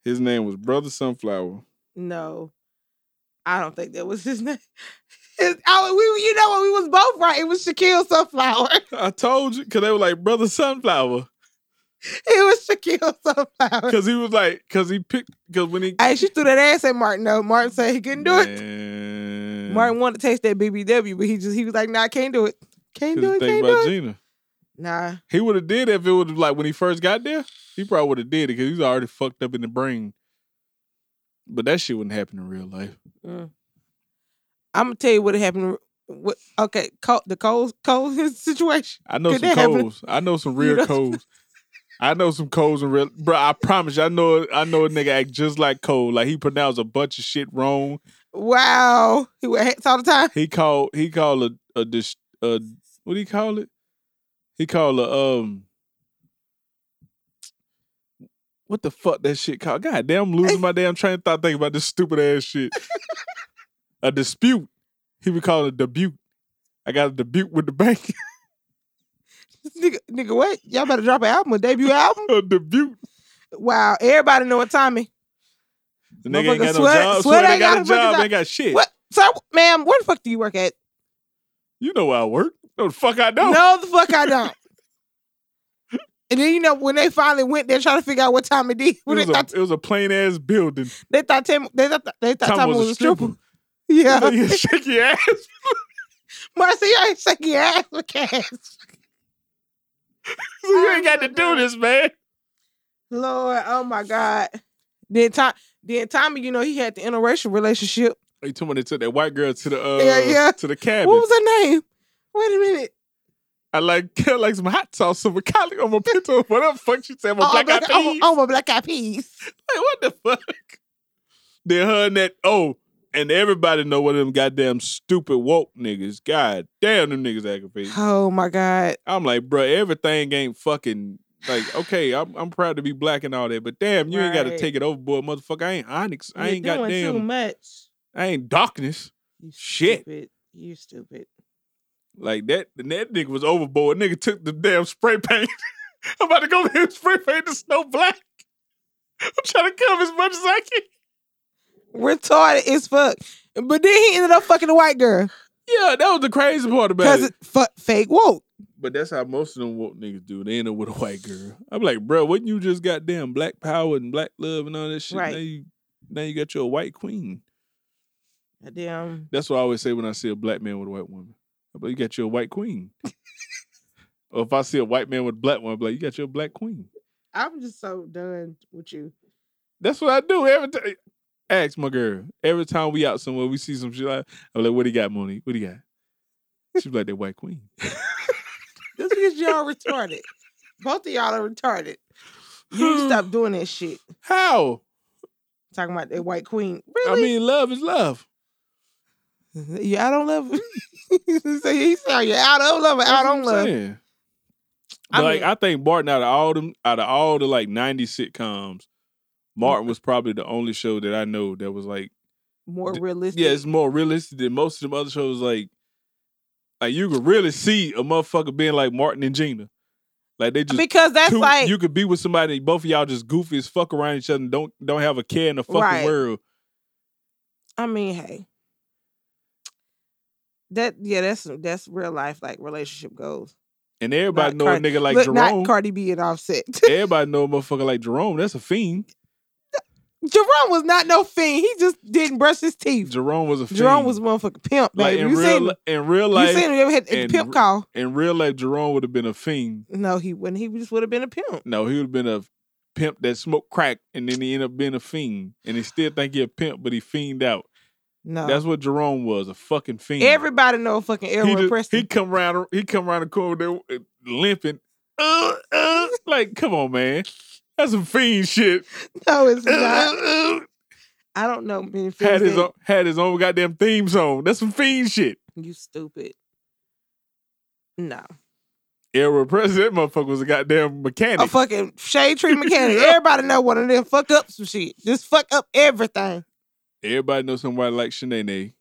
his name was brother Sunflower.
no, I don't think that was his name. His, I, we, you know what? We was both right. It was Shaquille Sunflower.
I told you because they were like brother Sunflower
It was Shaquille Sunflower.
because he was like because he picked because when he
Hey, she threw that ass at Martin though. Martin said he couldn't do it.
Man.
Martin wanted to taste that BBW, but he just he was like, nah, I can't do it. Can't
'Cause
do
the
it,
thing
can't
about
do it.
Gina,
Nah.
he would have did it if it would have like when he first got there. He probably would have did it because he was already fucked up in the brain. But that shit wouldn't happen in real life.
I'm gonna tell you what happened. What okay, Cole, the Cole's Cole's his situation.
I know
Could
some
that happen?
codes. I know some real
know-
codes. I know some codes and real, bro. I promise you, I know I know a nigga act just like Cole. Like he pronounced a bunch of shit wrong.
Wow. He wear hats all the time.
He called he called a a, dis, a what do you call it? He called a um. What the fuck that shit called? God damn, I'm losing my damn train of thought thinking about this stupid ass shit. a dispute. He would call it a debut. I got a debut with the bank.
Nigga, nigga, what? Y'all better drop an album, a debut album.
a debut.
Wow, everybody know what Tommy.
The nigga ain't got
Motherfucker
no
sweat-
job.
sweat
Sweat ain't
ain't
got a
got a fucking
job.
job.
Ain't got shit.
What? So, ma'am, where the fuck do you work at?
You know where I work. No, the fuck I don't.
No, the fuck I don't. and then you know when they finally went there trying to figure out what Tommy did, when they,
It was,
thought,
a, it was a plain ass building.
they thought Tim, they thought they thought Tommy, was, a stripper.
Yeah,
Yeah,
you shake your ass.
Marcy, I ain't shaking your ass with cash.
you ain't got to do this, man.
Lord, oh my God. Then Tom, then Tommy, you know he had the interracial relationship.
Hey, too they took that white girl to the uh,
Yeah, yeah.
to the cabin.
What was her name? Wait a minute.
I like I like some hot sauce, some collie on my pinto, whatever the fuck she said, my
Oh,
black eyed
black- oh,
peas.
oh, my black eyed peas.
Like, what the fuck? Then her and that oh, and everybody know what them goddamn stupid woke niggas. God damn, them niggas aggravating.
Oh my God.
I'm like, bruh, everything ain't fucking like okay. I'm I'm proud to be black and all that, but damn, you ain't got to
Right.
take it overboard, motherfucker. I ain't Onyx. I
You're
ain't
doing
got
too
damn.
much.
I ain't darkness.
You
Shit.
Stupid. You stupid.
Like that. That nigga was overboard. Nigga took the damn spray paint. I'm about to go there and spray paint the snow black. I'm trying to cover as much as I can.
Retarded as fuck. But then he ended up fucking a white girl
Yeah, that was the crazy part about
because
it.
it fu- fake woke.
But that's how most of them woke niggas do. They end up with a white girl. I'm like, bruh, wasn't you just goddamn black power and black love and all that shit?
Right.
Now you, now you got your white queen.
Damn.
That's what I always say when I see a black man with a white woman. I'm like, you got your white queen. or if I see a white man with a black woman, I'm like, you got your black queen.
I'm just so done with you.
That's what I do every time. Ask my girl. Every time we out somewhere, we see some shit like, I'm like, what do you got, Monique? What do you got? She's like, that white queen.
Just because y'all retarded. Both of y'all are retarded. You need to stop doing that shit.
How?
Talking about that white queen.
I
Really?
mean, love is love.
you out on love. so he said you out of love or out
That's what
on
I'm
love.
saying.
I
But, like
mean-
I think Martin out of all them out of all the like 90 sitcoms,
Mm.
Martin was probably the only show that I know that was like
More
D-
realistic.
yeah, it's more realistic than most of them other shows. Like, like you could really see a motherfucker being like Martin and Gina. Like they just
because that's
two-
like
you could be with somebody. Both of y'all just goofy as fuck around each other. And don't don't have a care in the fucking
Right.
world.
I mean, hey. That yeah, that's that's real life like relationship goals.
And everybody
Not
know
Cardi-
a nigga like
Look,
Jerome.
not Cardi B and Offset.
everybody know a motherfucker like Jerome. That's a fiend.
Jerome was not no fiend. He just didn't brush his teeth.
Jerome was a fiend.
Jerome was a motherfucking pimp,
like
baby.
in
you
real
seen
li- in real
you
life.
seen him? You ever had a
and
pimp
re-
call?
in real life, Jerome would have been a fiend.
No, he wouldn't. He just would have been a pimp.
No, he would have been a pimp that smoked crack, and then he ended up being a fiend, and he still think he a pimp, but he fiend out.
No,
That's what Jerome was, a fucking fiend.
everybody know fucking
he,
Errol
just-
Preston.
he come round, he come round the corner there, uh, limping, uh, uh, like, come on, man, that's some fiend shit.
no, it's
Uh,
not.
uh, uh.
I don't know many fiends.
had his
that-
own, had his own goddamn theme song. That's some fiend shit.
You stupid. No,
Errol President, that motherfucker was a goddamn mechanic.
a fucking shade tree mechanic. Everybody know one of them. Fuck up some shit. Just fuck up everything.
Everybody knows somebody like Shanae.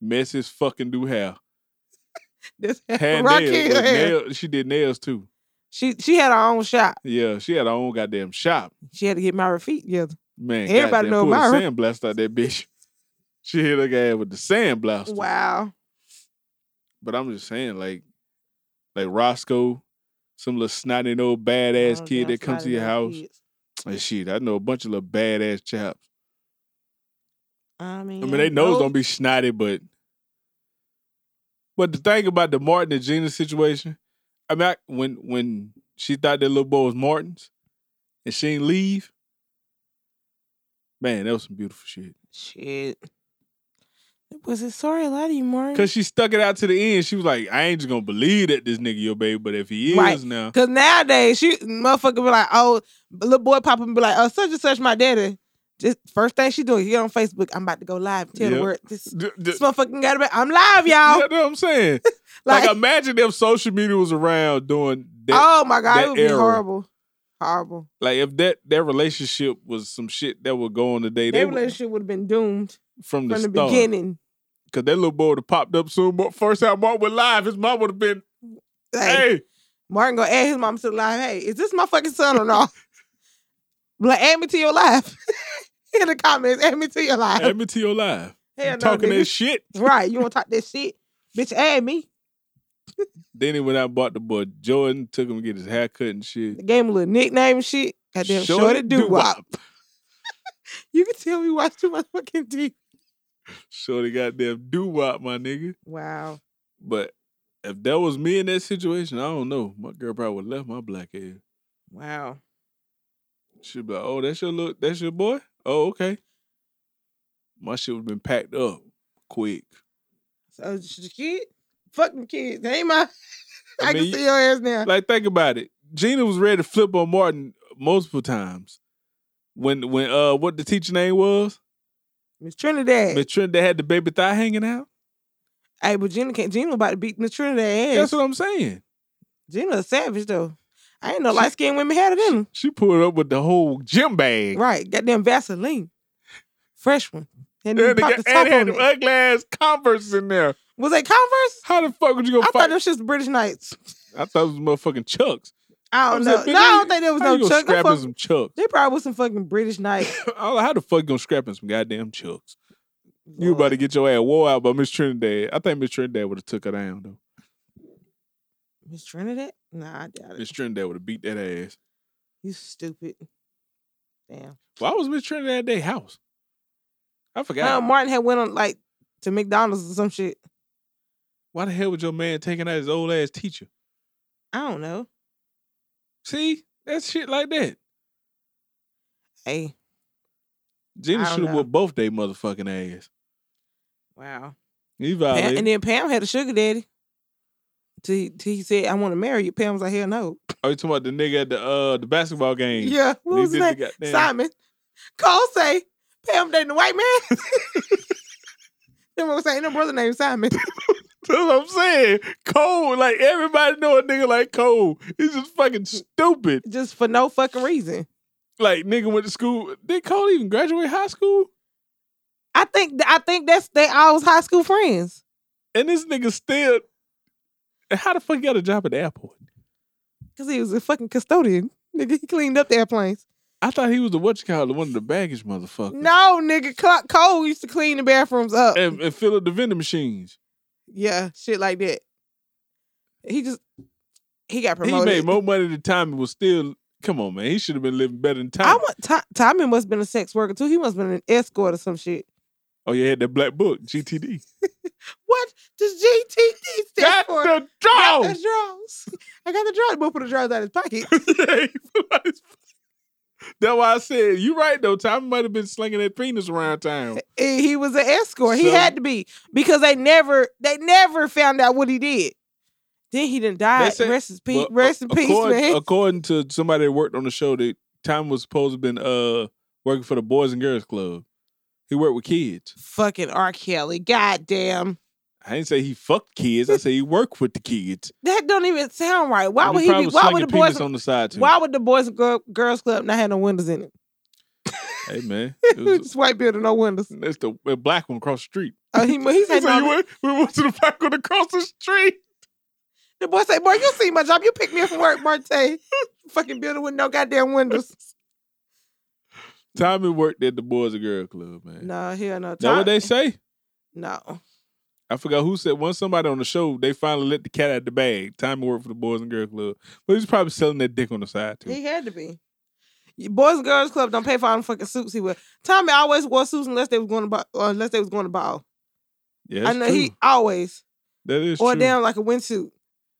Mess his fucking do hair.
This
Had nails,
Raquel
but
had-
nail- She did nails too.
She she had her own shop.
Yeah, she had her own goddamn shop.
She had to get Myra feet together.
Man,
Everybody
goddamn,
know
pulled a
Myra.
sandblast out that bitch. She hit her guy with the sandblast.
Wow.
But I'm just saying, like, like Roscoe, some little snotty old
Oh,
badass kid that comes to your house. And shit, I know a bunch of little badass chaps.
I mean,
I mean, they nose don't be snotty, but but the thing about the Martin and Gina situation, I mean, I, when when she thought that little boy was Martin's, and she didn't leave, man, that was some beautiful shit.
Shit. Was it sorry I lied to you, Martin?
Cause she stuck it out to the end. She was like, I ain't just gonna believe that this nigga your baby, but if he is
Right.
now,
Cause nowadays she motherfucker be like, oh, little boy pop up and be like, oh, such and such my daddy. Just first thing she doing, get on Facebook. I'm about to go live. Tell
Yep.
the world this,
D- d-
this motherfucking got about. I'm live, y'all.
you know what I'm saying? like,
like,
imagine if social media was around doing that.
oh my god,
that
it would be
era.
horrible, horrible.
Like if that that relationship was some shit that would go on the day
Their
they were-
relationship would have been doomed
from the,
from the
start.
beginning.
Cause that little boy would have popped up soon. But first time Mark was live, his mom would have been,
Like,
hey,
Martin gonna add his mom to the live. Hey, is this my fucking son or not? like, add me to your live. In the comments, add me to your live.
add me to your live.
Hell no,
talking
nigga.
that shit.
Right, you want to talk that shit? Bitch, add me.
Then he went out and bought the boy Jordan, took him to get his hair cut and shit.
They gave him a little nickname and shit. Goddamn,
Shorty
Shorty Doo Wop.
Doo-Wop.
You can tell we watch too much fucking D.
Shorty goddamn do wop, my nigga.
Wow.
But if that was me in that situation, I don't know. My girl probably would left my black ass.
Wow.
She'd be like, oh, that's your look, that's your boy? Oh, okay. My shit would have been packed up quick.
So uh, it's just the kid? Fuck them kids. They ain't my. I,
I mean,
can
you-
see your ass now.
Like, think about it. Gina was ready to flip on Martin multiple times. When when uh what the teacher name was?
Miss Trinidad.
Miss Trinidad had the baby thigh hanging out.
hey, but Gina can't. Gina about to beat Miss Trinidad ass.
That's what I'm saying.
Gina a savage though. I ain't no light skinned women had it in them.
She pulled up with the whole gym bag.
Right. Goddamn Vaseline. Fresh one. And
And,
then
they
pop the
got,
top
and had
on
them
it.
ugly ass Converse in there.
Was they Converse?
How the fuck would you go
I thought
fight?
them shit's British Knights.
I thought it was motherfucking Chucks.
I
I
don't
was
know.
like,
no,
bitch,
I
how
don't think there was
How
no
you gonna
Chuck. Them
scrap in
fuck-
some Chucks?
They probably was some fucking British Knights.
I was like, How the fuck you gonna scrap in some goddamn Chucks? You about to get your ass wore out by Miss Trinidad. I think Miss Trinidad would have took her down though.
Miss Trinidad? Nah, I doubt
Miss
it.
Trinidad would have beat that ass.
You stupid. Damn.
Why was Miss Trinidad at their house? I forgot.
Now, Martin had went on like to McDonald's or some shit.
Why the hell was your man taking out his old ass teacher?
I don't know.
See, that's shit like that.
Hey, I
Gina
don't
should have
know.
whooped both they motherfucking ass.
wow.
He
Pam,
violated.
and then Pam had a sugar daddy. Till he, till he said, "I want to marry you." Pam was like, "Hell no."
oh, you talking about the nigga at the uh the basketball game?
Yeah,
When
what
he
was
did
his
the
name?
goddamn-
Simon. Cole say, "Pam dating the white man." Them was saying, "No brother named Simon."
That's what I'm saying. Cole, like everybody know a nigga like Cole. He's just fucking stupid.
Just for no fucking reason.
Like nigga went to school. Did Cole even graduate high school?
I think I think that's they all was high school friends.
And this nigga still. How the fuck he got a job at the airport?
Cause he was a fucking custodian. Nigga, he cleaned up the airplanes.
I thought he was the what you call it, one of the baggage motherfuckers.
No, nigga, Cl- Cole used to clean the bathrooms up.
And, and fill up the vending machines.
yeah, shit like that. He just he got
He
promoted.
made more money than Tommy was still. Come on, man. He should have been living better than Tommy.
I want Ti- Tommy must have been a sex worker too. He must have been an escort or some shit.
oh, yeah, had that black book, GTD.
What does GTD stand
Got
for?
the
Got
draw.
the drawers. I got the drawers. Boy put the drawers out of his pocket.
That's why I said you right though. Tommy might have been slinging that penis around town.
And he was an escort. he
So-
had to be because they never they never found out what he did. Then he didn't die.
They said-
rest in peace.
But uh,
rest in peace,
according,
man.
According to somebody that worked on the show, that Tommy was supposed to have been uh working for the Boys and Girls Club. He worked with kids.
Fucking R. Kelly. Goddamn.
I didn't say he fucked kids. I say he worked with the kids.
That don't even sound right. Why
And
would he?
probably
Be,
was
why would the
slinging
boys?
penis on the side too?
Why would the boys and Girl- girls club not have no windows in it?
Hey man, it was-
Just white building, no windows.
that's the a black one across the street.
Oh, he, he
He
said,
said,
no,
you went, we went to the black one across the street.
The boy say, "Boy, you see my job. You pick me up from work, Marte. Fucking building with no goddamn windows."
Tommy worked at the Boys and Girl Club, man.
no, hell no.
That what they
Tom-
say?
No.
I forgot who said once somebody on the show they finally let the cat out the bag. Tommy worked for the Boys and Girl Club, but he's probably selling that dick on the side too.
He had to be. You- Boys and Girls Club don't pay for all them fucking suits he wear. Tommy always wore suits unless they was going to ball, or unless they was going to ball.
Yeah, that's
I know
true.
he always
that is
or
true.
damn like a windsuit.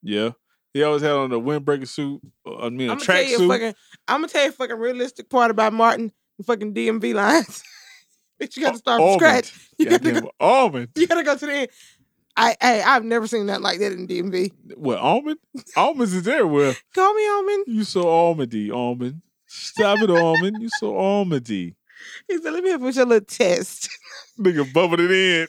Yeah, he always had on a windbreaker suit. Or, I mean, a
I'm gonna tell you a
tracksuit.
fucking. I'm gonna tell you a fucking realistic part about Martin. The fucking DMV lines. Bitch, you got to start from scratch. You
Yeah,
got to
damn,
go.
almond.
You got to go to the end. I, hey, I've never seen that like that in DMV.
What almond? Almonds is everywhere.
Call me Almond.
You so almondy, almond. Stop it, almond. You so almondy.
He said, "Let me help you with your little test."
Nigga bubbled it in.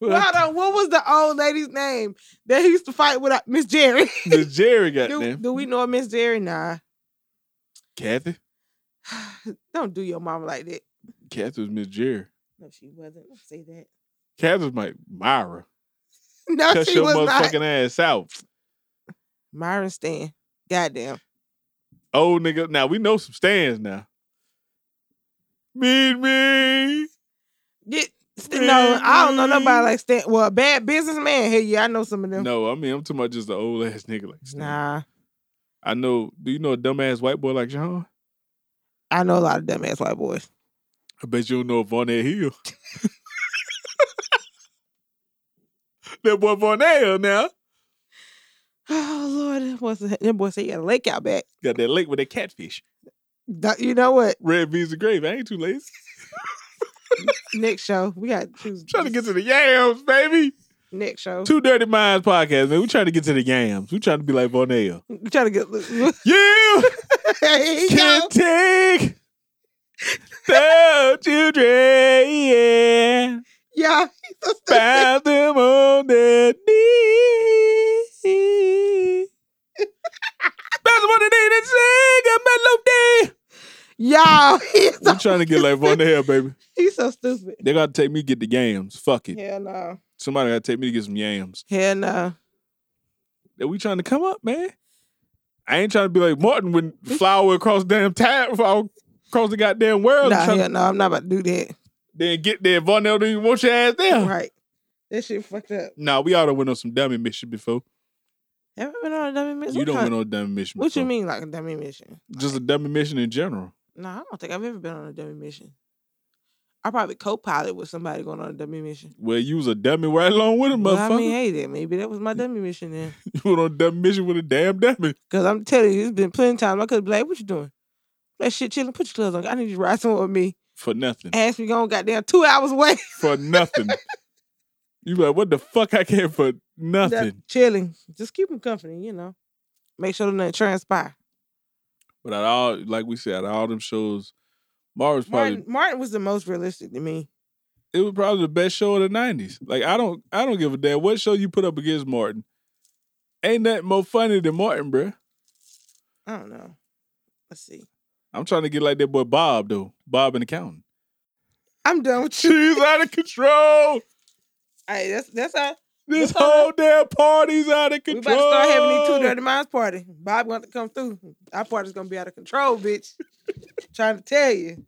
Well,
well,
Hold on. What was the old lady's name that he used to fight with uh, Miss Jerry?
the Jerry got
do,
them.
do we know a Miss Jerry? Nah.
Kathy.
Don't do your mama like that.
Kathy was Miss Jerry.
No, she wasn't. Don't say that.
Kathy was my Myra.
No,
Cut
she
your
was
motherfucking
not.
ass out.
Myron Stan. Goddamn.
Old nigga. Now we know some stands now. Meet me.
Get st- no, I don't know nobody like Stan. Well, a bad businessman. Hey, yeah, I know some of them.
Mm-hmm. No, I mean I'm talking about just the old ass nigga like Stan.
Nah.
I know. Do you know a dumbass white boy like Sean?
I know a lot of dumbass white boys.
I bet you don't know Von Hill. that boy Von Hill now
Oh Lord, what's the that boy said he got a lake out back.
got that lake with that catfish.
That- You know what?
Red bees and gravy. I ain't too lazy.
Next show. We got to choose.
trying to get to the yams, baby.
next show.
Two Dirty Minds podcast, man. We trying to get to the yams. We trying to be like Von Hill.
We trying to get look.
Yeah.
Here you go.
can take the children,
Yeah. he's so stupid.
bound them on their knees. Bound them on their knees and sing a melody.
Y'all, he's so,
I'm trying to get like Von Hell, baby.
he's so stupid.
They gotta take me to get the yams. Fuck it.
Hell no.
Somebody gotta take me to get some yams.
Hell no.
That we trying to come up, man. I ain't trying to be like Martin when
Mm.
flower across damn town, flower across the goddamn world.
Nah,
trying to
hell no. I'm not about to do that.
Then get there. Von L don't even want your ass there.
Right. That shit fucked up.
Nah, we all done went on some dummy mission before.
Have I been on a dummy mission?
you
What
don't
kind-
went on a dummy mission
What you
before.
mean, like a dummy mission?
Just a dummy mission in general.
Nah, I don't think I've ever been on a dummy mission. I probably co-pilot with somebody going on a dummy mission.
Well, you was a dummy right along with him,
Well,
motherfucker.
I mean, hey, that maybe that was my dummy mission then.
You went on a dummy mission with a damn dummy.
Cause I'm telling you, it's been plenty of times I could have been like, "What you doing? That shit chilling. Put your clothes on. I need you to ride somewhere with me.
For nothing.
Ask me going goddamn two hours away.
For nothing. you like, what the fuck I came for nothing.
Nothing. Chilling. Just keep them company, you know. Make sure nothing transpire.
But at all, like we said, at all them shows, Marvin's probably
Martin, Martin was the most realistic to me.
it was probably the best show of the nineties. Like I don't I don't give a damn what show you put up against Martin. Ain't nothing more funny than Martin, bruh.
I don't know. Let's see.
I'm trying to get like that boy Bob though. Bob and accountant.
I'm done with you.
She's out of control.
Hey, that's that's all.
This
What's all
whole damn party's out of
We
control.
about to start having these two dirty minds party. Bob going to come through. Our party's gonna be out of control, bitch. Trying to tell you.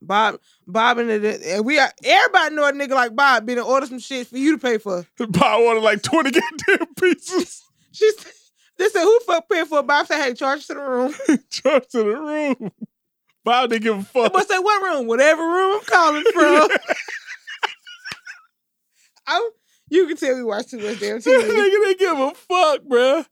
Bob, Bob, and, the, and we are everybody know a nigga like Bob been to order some shit for you to pay for.
Bob wanted like 20 goddamn pieces.
She said, they said, who fuck paying for it? Bob said, hey, charge to the room.
Charged to the room. Bob didn't give a fuck.
But say what room? Whatever room I'm calling from. I, you can tell we watch too much damn
Nigga
TV.
didn't give a fuck, bruh.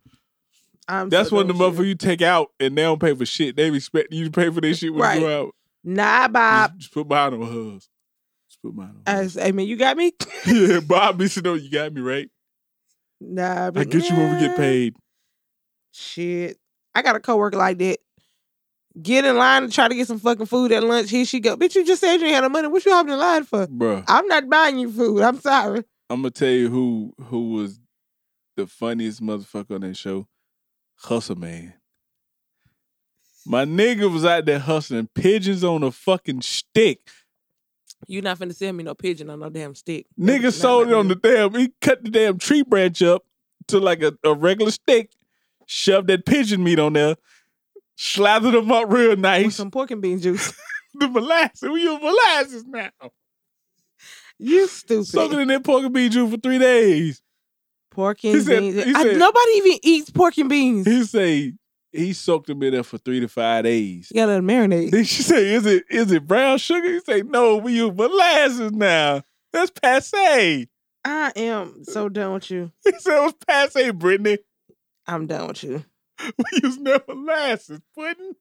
I'm
That's
so
when the
done with
motherfucker
you.
you take out and they don't pay for shit. They expect you to pay for their shit when you
Right.
go out.
Nah, Bob.
Just, just put mine on hers. Just put mine on.
I,
hers.
say, hey man, you got me?
yeah, Bob be sitting on, you got me right.
Nah,
I
but
get you when we get
nah.
paid.
Shit. I got a coworker like that. Get in line and try to get some fucking food at lunch. Here she go. Bitch, you just said you ain't had no money. What you hopping in line for?
Bruh,
I'm not buying you food. I'm sorry.
I'm gonna tell you who who was the funniest motherfucker on that show. Hustle man. My nigga was out there hustling pigeons on a fucking stick.
You not finna send me no pigeon on no damn stick.
Nigga sold it on the damn, he cut the damn tree branch up to like a, a regular stick, shoved that pigeon meat on there, slathered them up real
with
nice.
some pork and bean juice.
the molasses. We use molasses now.
You stupid.
Soaking in that pork and bean juice for three days.
pork and
He said-
beans.
he
I-
said-
nobody even eats pork and beans.
He say he soaked them in there for three to five days.
You gotta let it marinate.
Then she say, "Is it is it brown sugar?" He say, "No, we use molasses now. That's passe."
I am so done with you.
He said, "It was passe, Brittany.
I'm done with you.
We use no molasses pudding."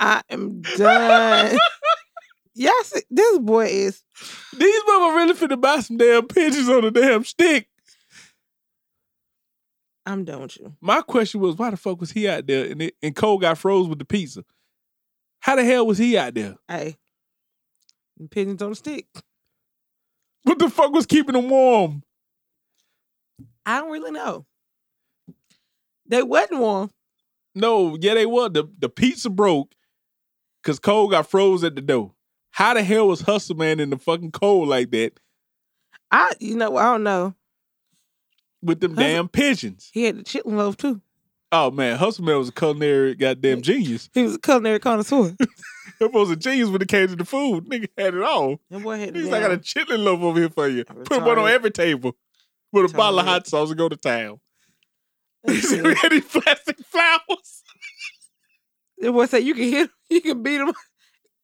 I am done. yes, this boy is.
These mother really finna buy some damn pigeons on a damn stick.
I'm done with you.
My question was, why the fuck was he out there? And it, and Cole got froze with the pizza. How the hell was he out there?
Hey, pigeons don't stick.
What the fuck was keeping him warm?
I don't really know. They wasn't warm.
No, yeah, they were. The the pizza broke because Cole got froze at the door. How the hell was Hustle Man in the fucking cold like that
I, you know, I don't know.
with them
Hustle-
damn pigeons?
He had the chitlin loaf too.
Oh man, Hustle Man was a culinary goddamn genius.
He was a culinary connoisseur.
That was a genius when it came to the food. Nigga had it all.
That boy had. the
He's like, I got a
damn-
chitlin loaf over here for you. Put one on
Retarded.
every table with a bottle of
Retarded.
hot sauce and go to town.
Let's see.
we had these plastic flowers.
That boy said, "You can hit him. You can beat him."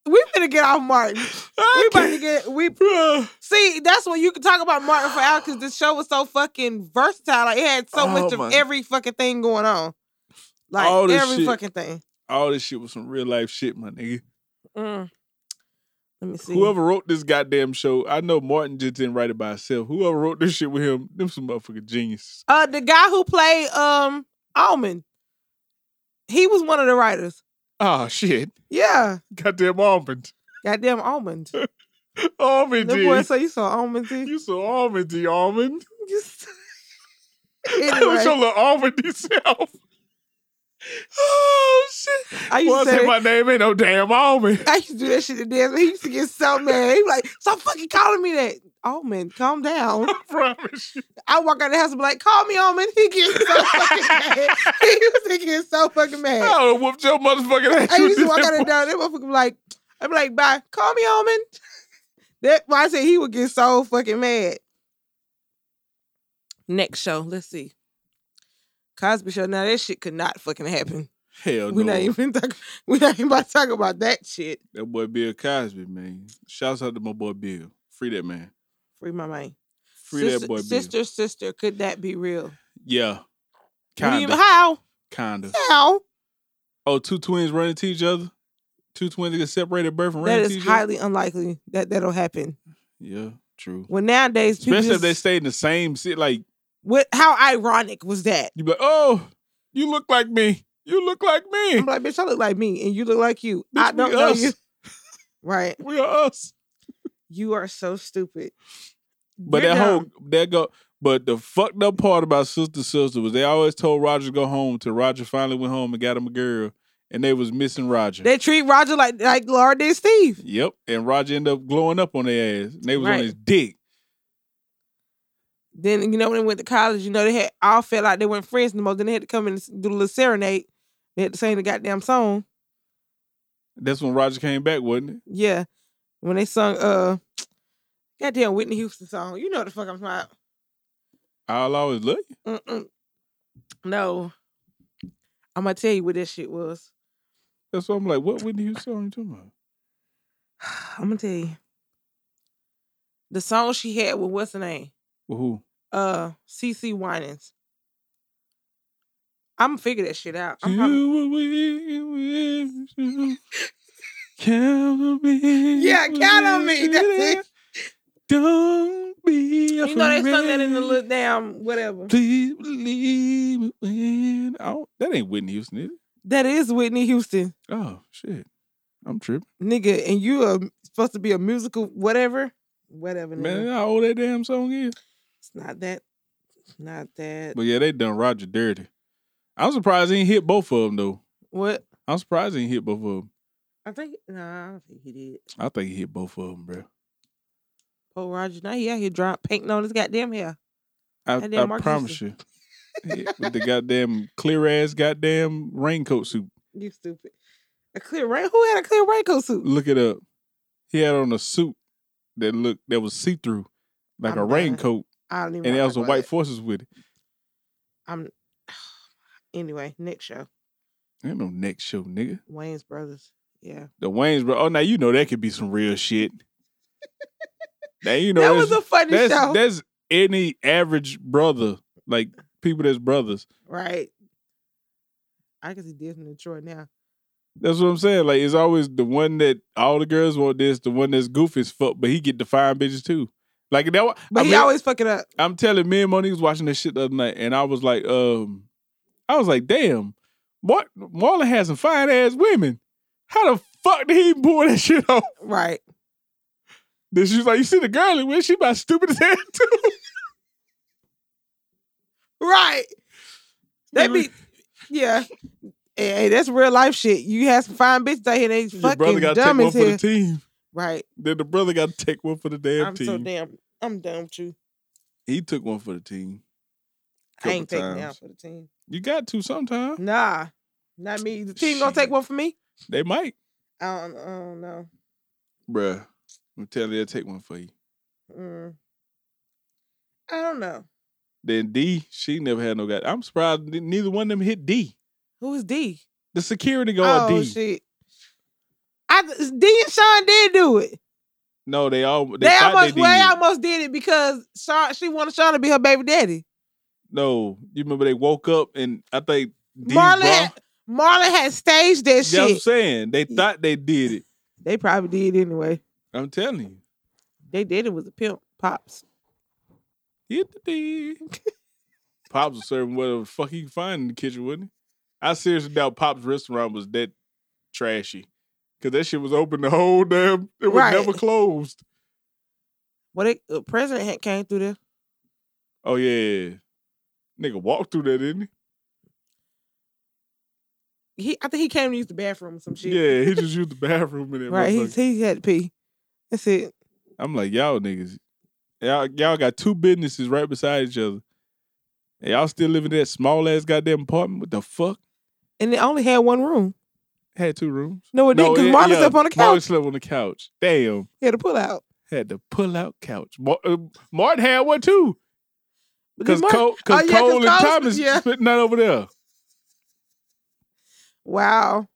We finna get off Martin. We about to get we
Bruh.
See, that's what you can talk about Martin for hours because this show was so fucking versatile. Like it had so
Oh,
much of
my-
every fucking thing going on. Like
All this
every
shit.
fucking thing.
All this shit was some real life shit, my nigga.
Mm. Let me see.
Whoever wrote this goddamn show, I know Martin just didn't write it by himself. Whoever wrote this shit with him, them some motherfucking geniuses.
Uh the guy who played um Almond. He was one of the writers.
Ah, shit.
Yeah.
Goddamn almond.
Goddamn almond.
Almond,
That boy
G.
so you saw almond too.
You saw almond, D. Almond.
You s-
That was your
anyway,
little almond yourself. Oh, shit.
I used to
Well, I
say
say
that-
my name ain't no damn almond.
I used to do that shit to dance. He used to get so mad. He was like, stop fucking calling me that. Almond, calm down.
I promise you.
I walk out of the house and be like, call me Almond. He gets so fucking mad. He used to get so fucking mad.
I would have whooped your motherfucking ass.
I
You
used to
did
walk
that
out of the
bull-
door. That motherfucker be like, I'm like, bye, call me Almond. That why I said he would get so fucking mad. Next show, let's see. Cosby show. Now that shit could not fucking happen.
Hell
We're
no.
not even talk- we're not even about to talk about that shit.
That boy Bill Cosby, man. Shouts out to my boy Bill. Free that man.
Free my mind.
Free
sister,
that boy Bill.
sister, sister, could that be real?
Yeah.
What do you-
Kinda.
How?
Kinda.
How?
Oh, two twins running to each other? Two twins that get separated at birth and
That
running to
is
each other?
highly unlikely that that'll happen.
Yeah, true.
Well, nowadays, people
Especially if
just,
they stay in the same city. Like,
what? How ironic was that?
you be like, oh, you look like me. You look like me.
I'm like, bitch, I look like me, and you look like you. I
Bitch, we
don't know
us.
you. Right?
We are us.
You are so stupid.
But
You're
that
dumb.
whole that go but the fucked up part about Sister Sister was they always told Roger to go home till Roger finally went home and got him a girl and they was missing Roger.
they treat Roger like like Laura did Steve.
yep. And Roger ended up glowing up on their ass. And they was on
Right.
his dick.
Then you know when they went to college, you know they had all felt like they weren't friends no more. Then they had to come in and s- do a little serenade. They had to sing the goddamn song.
That's when Roger came back, wasn't it?
Yeah, when they sung uh, goddamn Whitney Houston song. You know what the fuck I'm talking about.
I'll always love you.
Mm-mm. No. I'm gonna tell you what that shit was.
That's why I'm like, what Whitney Houston song you talking about?
I'm gonna tell you. The song she had with what's her name?
Well, who?
Uh CC Winans. I'm gonna figure that shit out. I'm probably-
You were with you. Count on me.
Yeah, count on me. That's it.
Don't be
you know they sung that in the little damn whatever.
Please believe me when I don't, that ain't Whitney Houston, is it?
That is Whitney Houston,
Oh shit, I'm tripping.
nigga, and you are supposed to be a musical whatever, whatever. Nigga.
Man, how old that damn song is?
It's not that, not that.
But yeah, they done Roger dirty. I'm surprised he ain't hit both of them though.
what
I'm surprised he ain't hit both of them.
I think? Nah, I don't think he did.
I think he hit both of them, bro.
Paul Roger, now he out here drop painting on his goddamn hair.
I,
That damn
I
Mark
promise you. Yeah, with the goddamn clear ass goddamn raincoat suit.
You stupid. A clear rain? Who had a clear raincoat suit?
Look it up. He had on a suit that looked that was see through, like
I'm
a
done.
raincoat,
I don't even.
and
wanna
there
talk
was some
about
white
that.
forces with it.
I'm. Anyway, next show,
Ain't no next show, nigga.
Wayne's Brothers. Yeah,
The Wayne's bro. Oh, now you know that could be some real shit. now you know
that
that's,
was a funny
that's,
show,
that's any average brother, like people that's brothers.
right? I guess he did from Detroit now.
That's what I'm saying. Like it's always the one that all the girls want this, the one that's goofy as fuck, but he get the fine bitches too. Like that. wa-
But
I
he
mean,
always fuck it up.
I'm telling me and Monique was watching this shit the other night, and I was like, um, I was like, damn, what Marlon has some fine ass women. How the fuck did he even pull that shit off?
Right.
Then she was like, you see the girl he with, she about stupid as hell too.
Right. They be yeah. Hey, that's real life shit. You have some fine bitches out here. They
Your brother
fucking
got to take
dumb
one
as
for the
hell.
team.
Right.
Then the brother got to take one for the damn
I'm
team.
so damn. I'm done with you.
he took one for the team.
I ain't
Couple
taking out
times.
for the team.
You got to sometime.
Nah, not me. The team gonna
Shit.
take one for me.
They might,
I don't, I don't know.
bruh. I'm telling you, they'll take one for you.
Mm. I don't know.
Then D, she never had no guy. I'm surprised ne- neither one of them hit D.
Who is D?
The security guard
oh
D.
shit. I D and Sean did do it.
No, they all they,
They,
thought
almost
they did.
well, they almost did it because Sean she wanted Sean to be her baby daddy.
no, you remember they woke up and I think D
Marlon
brought-
had, Marlon had staged that
You know what I'm
shit.
saying? They thought they did it.
They probably did anyway.
I'm telling you.
They did it with a pimp pops.
Hit the D. Pops was serving whatever the fuck he could find in the kitchen, wouldn't he? I seriously doubt Pops' restaurant was that trashy. Cause that shit was open the whole damn it was
Right.
never closed.
Well, they, the president had came through there.
Oh yeah. Nigga walked through that, didn't
He I think he came to use the bathroom or some
he?
shit.
Yeah, he just used the bathroom and
Right. He,
everything.
he had to pee. That's it.
I'm like, y'all niggas. Y'all, y'all got two businesses right beside each other. And y'all still living in that small ass goddamn apartment? What the fuck?
And they only had one room.
Had two rooms.
No, it didn't. Because Marlon's
yeah,
up on the couch.
Marlon slept on the couch. Damn.
He had to pull out.
Had the pull out couch. Mar- uh, Martin had one too.
But then
Because
Mar-
Cole,
Oh,
cause
yeah, 'cause
Cole and
Cole's-
Thomas
yeah.
splitting out over there.
wow.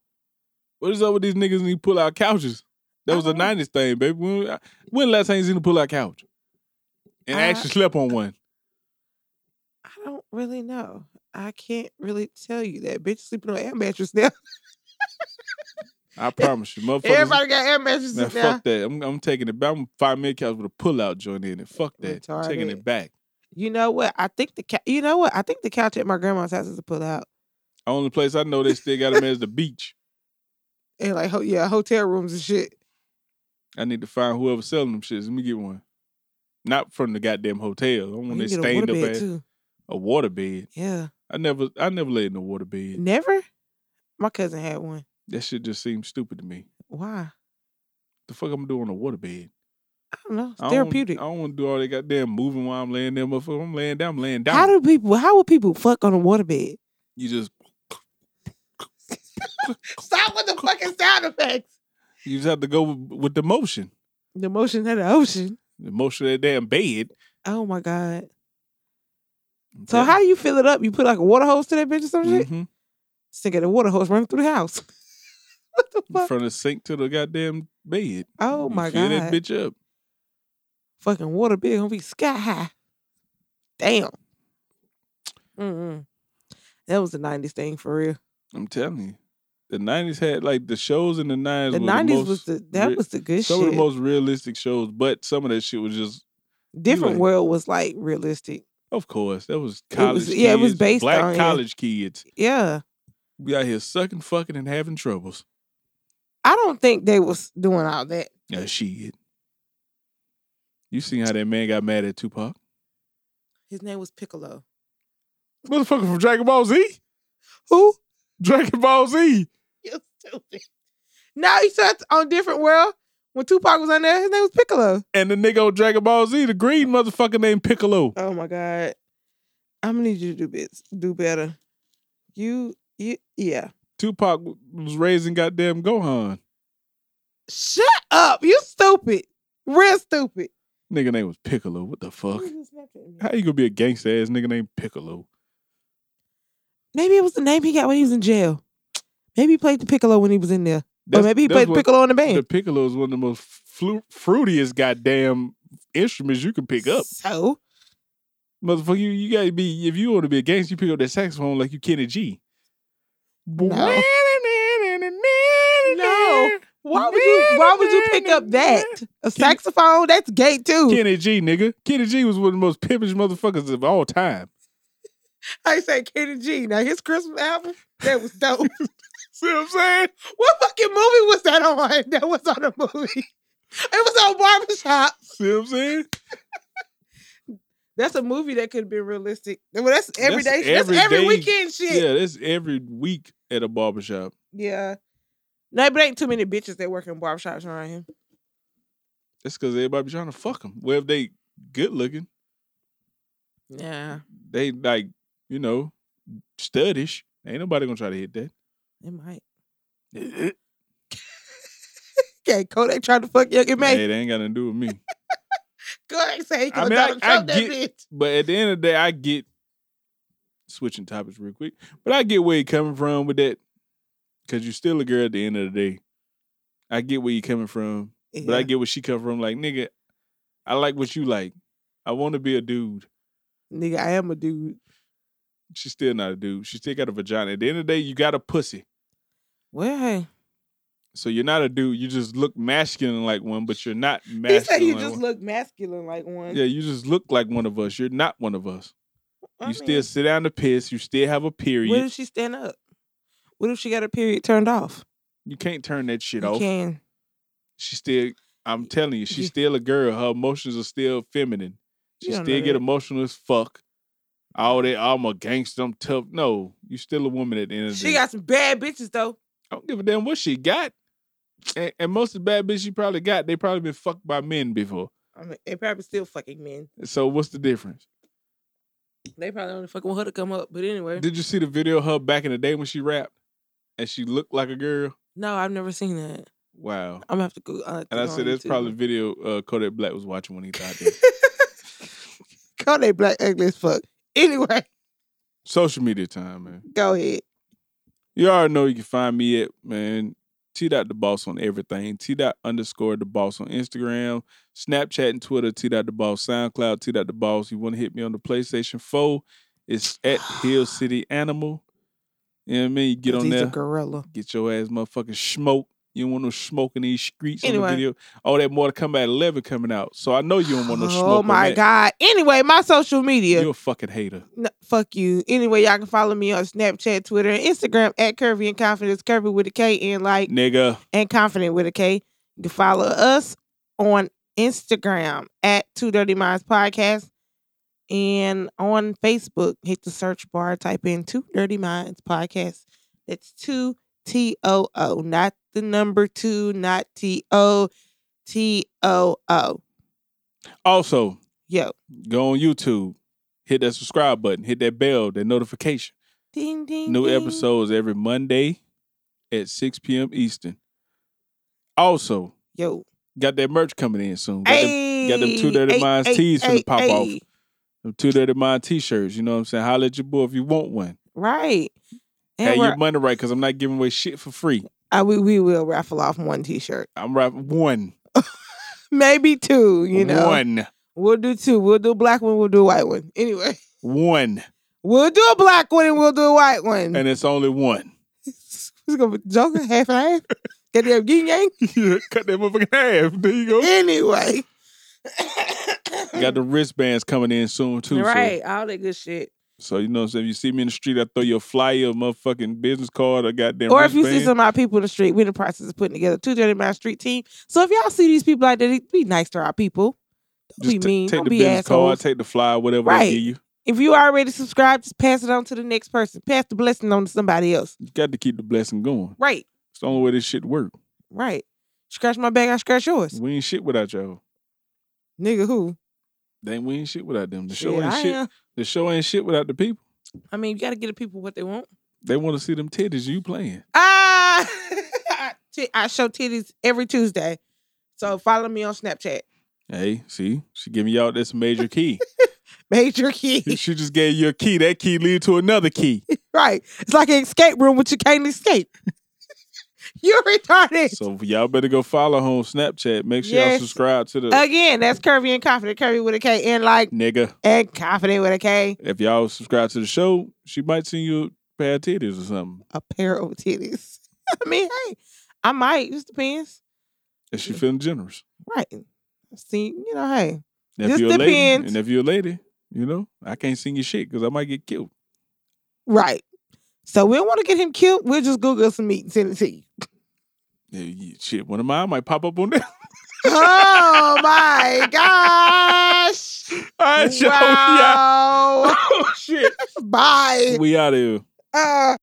What is up with these niggas and these pull out couches? That was a
Uh-huh.
90s thing, baby. When, uh, when last time you seen a pull out couch? And
Uh,
actually slept on one.
I don't really know. I can't really tell you that. Bitch sleeping on air mattress now.
I promise you. Motherfuckers.
Everybody got air mattresses
Man,
now.
fuck that. I'm, I'm taking it back. I'm five minute couch with a pull out joint in it. Fuck that. I'm taking
Retarded.
it back.
You know what? I think the ca- you know what? I think the couch at my grandma's house is a pull out.
Only place I know they still got them is the beach.
And like ho- yeah, hotel rooms and shit.
I need to find whoever selling them shits. Let me get one. Not from the goddamn hotel. I want they
You can get a
stained up
waterbed,
as
too.
a water bed.
Yeah.
I never I never laid in a water bed.
Never? My cousin had one.
That shit just seems stupid to me.
Why?
The fuck I'm doing a water bed.
I don't know. It's
I don't-
therapeutic.
I don't want to do all that goddamn moving while I'm laying there, motherfucker. I'm laying down, I'm laying down.
How do people how would people fuck on a waterbed?
you just
Stop with the fucking sound effects.
you just have to go with, with the motion.
The motion of the ocean.
The motion of that damn bed.
Oh my God. So how do you fill it up? You put like a water hose to that bitch or some shit?
Mhm.
Stick of the water hose running through the house. what the fuck?
from the sink to the goddamn bed.
Oh
You
my
fill
god.
that bitch up.
Fucking water bill gonna be sky high. Damn. Mm-mm. That was the nineties thing for real.
I'm telling you, the '90s had like the shows in the '90s.
The
were
nineties
most
was the that
re-
was the good
some
shit.
of the most realistic shows, but some of that shit was just,
Different
like-
world was like realistic.
of course, that was
It was-
college.
yeah, it was
kids,
based
black
on, yeah.
college kids.
Yeah.
We out here sucking, fucking, and having troubles.
I don't think they was doing all that.
Yeah, shit. You seen how that man got mad at Tupac?
His name was Piccolo.
Motherfucker from Dragon Ball Z.
Who?
Dragon Ball Z.
You stupid. Now he starts on different world. When Tupac was on there, his name was Piccolo.
And the nigga on Dragon Ball Z, the green motherfucker named Piccolo.
Oh my god. I'm gonna need you to do bits, do better. You, you, yeah.
Tupac was raising goddamn Gohan.
Shut up. You stupid. Real stupid.
Nigga name was Piccolo. What the fuck?
Who just snapped at me?
How you gonna be a gangster ass nigga named Piccolo?
Maybe it was the name he got when he was in jail. Maybe he played the piccolo when he was in there.
That's-
or maybe he
that's
played the
what-
piccolo in the band.
The piccolo is one of the most flu- fruitiest goddamn instruments you can pick up.
So
Motherfucker, you, you gotta be if you want to be a gangster, you pick up that saxophone like you Kenny G.
No. Why would you? Why would you pick up that a saxophone? That's gay too.
Kenny G, nigga. Kenny G was one of the most pimpish motherfuckers of all time.
I say Kenny G. Now his Christmas album that was dope.
See what I'm saying?
what fucking movie was that on? That was on a movie. It was on Barbershop.
See what I'm saying?
That's a movie that could have been realistic. Well, that's every
That's
day. That's every,
everyday-
weekend shit.
Yeah, that's every week at a barbershop.
Yeah. No, but ain't too many bitches that work in barbershops around him.
That's because everybody be trying to fuck them. Well, if they good looking,
Yeah.
they like, you know, studdish. Ain't nobody gonna try to hit that.
It might.
Hey,
Okay, Kodak tried to fuck Young and May.
they ain't got nothing to do with me.
Kodak say he
I
gonna
mean, I-
Donald
I
Trump that bitch.
But at the end of the day, I get switching topics real quick. But I get where you're coming from with that. Cause you're still a girl at the end of the day. I get where you're coming from. But I
Yeah.
get where she come from. Like, nigga, I like what you like. I want to be a dude.
Nigga, I am a dude.
She's still not a dude. She still got a vagina. At the end of the day, you got a pussy.
Well, hey.
So you're not a dude. You just look masculine like one, but you're not masculine.
He said you
like
just
one.
look masculine like one.
Yeah, you just look like one of us. You're not one of us.
I
you
mean,
still sit down to piss. You still have a period.
What if she stand up? What if she got her period turned off?
you can't turn that shit
You
off.
can.
She still, I'm telling you,
You-
she's still a girl. Her emotions are still feminine. She
You don't
still
know
get
that.
emotional as fuck. All that, I'm a gangster. I'm tough. No, you still a woman at the end of the
She
day.
got some bad bitches though.
I don't give a damn what she got. And, and most of the bad bitches she probably got, they probably been fucked by men before.
I mean, they probably still fucking men.
So what's the difference?
They probably only fucking want her to come up. But anyway,
Did you see the video of her back in the day when she rapped and she looked like a girl?
no, I've never seen that.
Wow.
I'm gonna have to go. Uh,
And I said that's probably video uh, Kodak Black was watching when he thought that.
Kodak Black ugly as fuck. Anyway,
Social media time, man.
go ahead.
You already know you can find me at man T dot the boss on everything. T dot underscore the boss on Instagram, Snapchat and Twitter. T dot the boss, SoundCloud. T dot the boss. You want to hit me on the PlayStation Four? It's at Hill City Animal. You know what I mean? You get on
He's a
there,
gorilla.
get your ass motherfucking smoke. You don't want no smoke in these streets on
Anyway.
the video. All that more to come at eleven coming out. So I know you don't want no smoke.
oh
on
my
that.
god. Anyway, my social media.
you a fucking hater.
No, fuck you. Anyway, y'all can follow me on Snapchat, Twitter, and Instagram at Curvy and Confidence. Curvy with a K and like
Nigga.
and confident with a K. You can follow us on Instagram at Two Dirty Minds Podcast and on Facebook. Hit the search bar, type in Two Dirty Minds Podcast. That's two T O O, not the number two, not T O T O O.
Also,
Yo,
go on YouTube, hit that subscribe button, hit that bell, that notification.
ding ding.
New
ding.
episodes every Monday at 6 p.m. Eastern. Also,
Yo,
got that merch coming in soon. Got them, got them Two
Ayy,
Dirty
ayy,
Minds
ayy,
tees finna
ayy,
pop off.
ayy.
them Two Dirty Mind t-shirts. You know what I'm saying? Holla at your boy if you want one.
Right. And
Have
we're,
your money right, because I'm not giving away shit for free.
I, we, we will raffle off one t shirt.
I'm right one.
Maybe two, you know.
One.
We'll do two. We'll do a black one, we'll do a white one. Anyway.
One.
We'll do a black one and we'll do a white one.
And it's only one.
it's gonna be joking half and half. Goddamn yin yang.
Cut that motherfucking half. There you go.
Anyway.
Got the wristbands coming in soon too. so-
right, all that good shit.
So you know what I'm saying? If you see me in the street, I throw you a flyer, a motherfucking business card, a goddamn.
Or if you see
wristband.
some of our people in the street, we're in the process of putting together two dirty mile street team. So if y'all see these people out there, be nice to our people. Don't be
ta-
mean.
take
Don't
the
be
business
assholes.
card, take the flyer, whatever
Right.
they give you.
if you already subscribed, just pass it on to the next person. Pass the blessing on to somebody else.
You got to keep the blessing going.
Right,
It's the only way this shit work.
right. Scratch my back, I scratch yours.
We ain't shit without y'all.
Nigga, who?
Then we ain't shit without them. The show
Shit,
ain't
I
shit.
am.
The show ain't shit without the people.
I mean, you got to give the people what they want.
They want to see them titties you playing.
Ah, T- I show titties every Tuesday. So follow me on Snapchat.
Hey, see, she giving y'all this major key.
Major key.
she just gave you a key. That key lead to another key.
right. It's like an escape room, but you can't escape. You're retarded.
So y'all better go follow her on Snapchat. Make sure y'all
Yes. Uh,
subscribe to the
Again, that's Curvy and Confident. Curvy with a K and like,
nigga.
and Confident with a K.
if y'all subscribe to the show, she might send you a pair of titties or something.
A pair of titties. I mean, hey, I might. Just depends.
Is she feeling generous?
Right. See, you know, hey.
And
Just
if you're a lady,
depends.
and if you're a lady, you know, I can't sing your shit because I might get killed.
Right. So we don't want to get him killed. We'll just Google some meat and send it to you.
Yeah, you- shit, one of mine might pop up on there.
oh my gosh.
I show
wow.
Oh shit.
Bye.
we out of here.
Uh,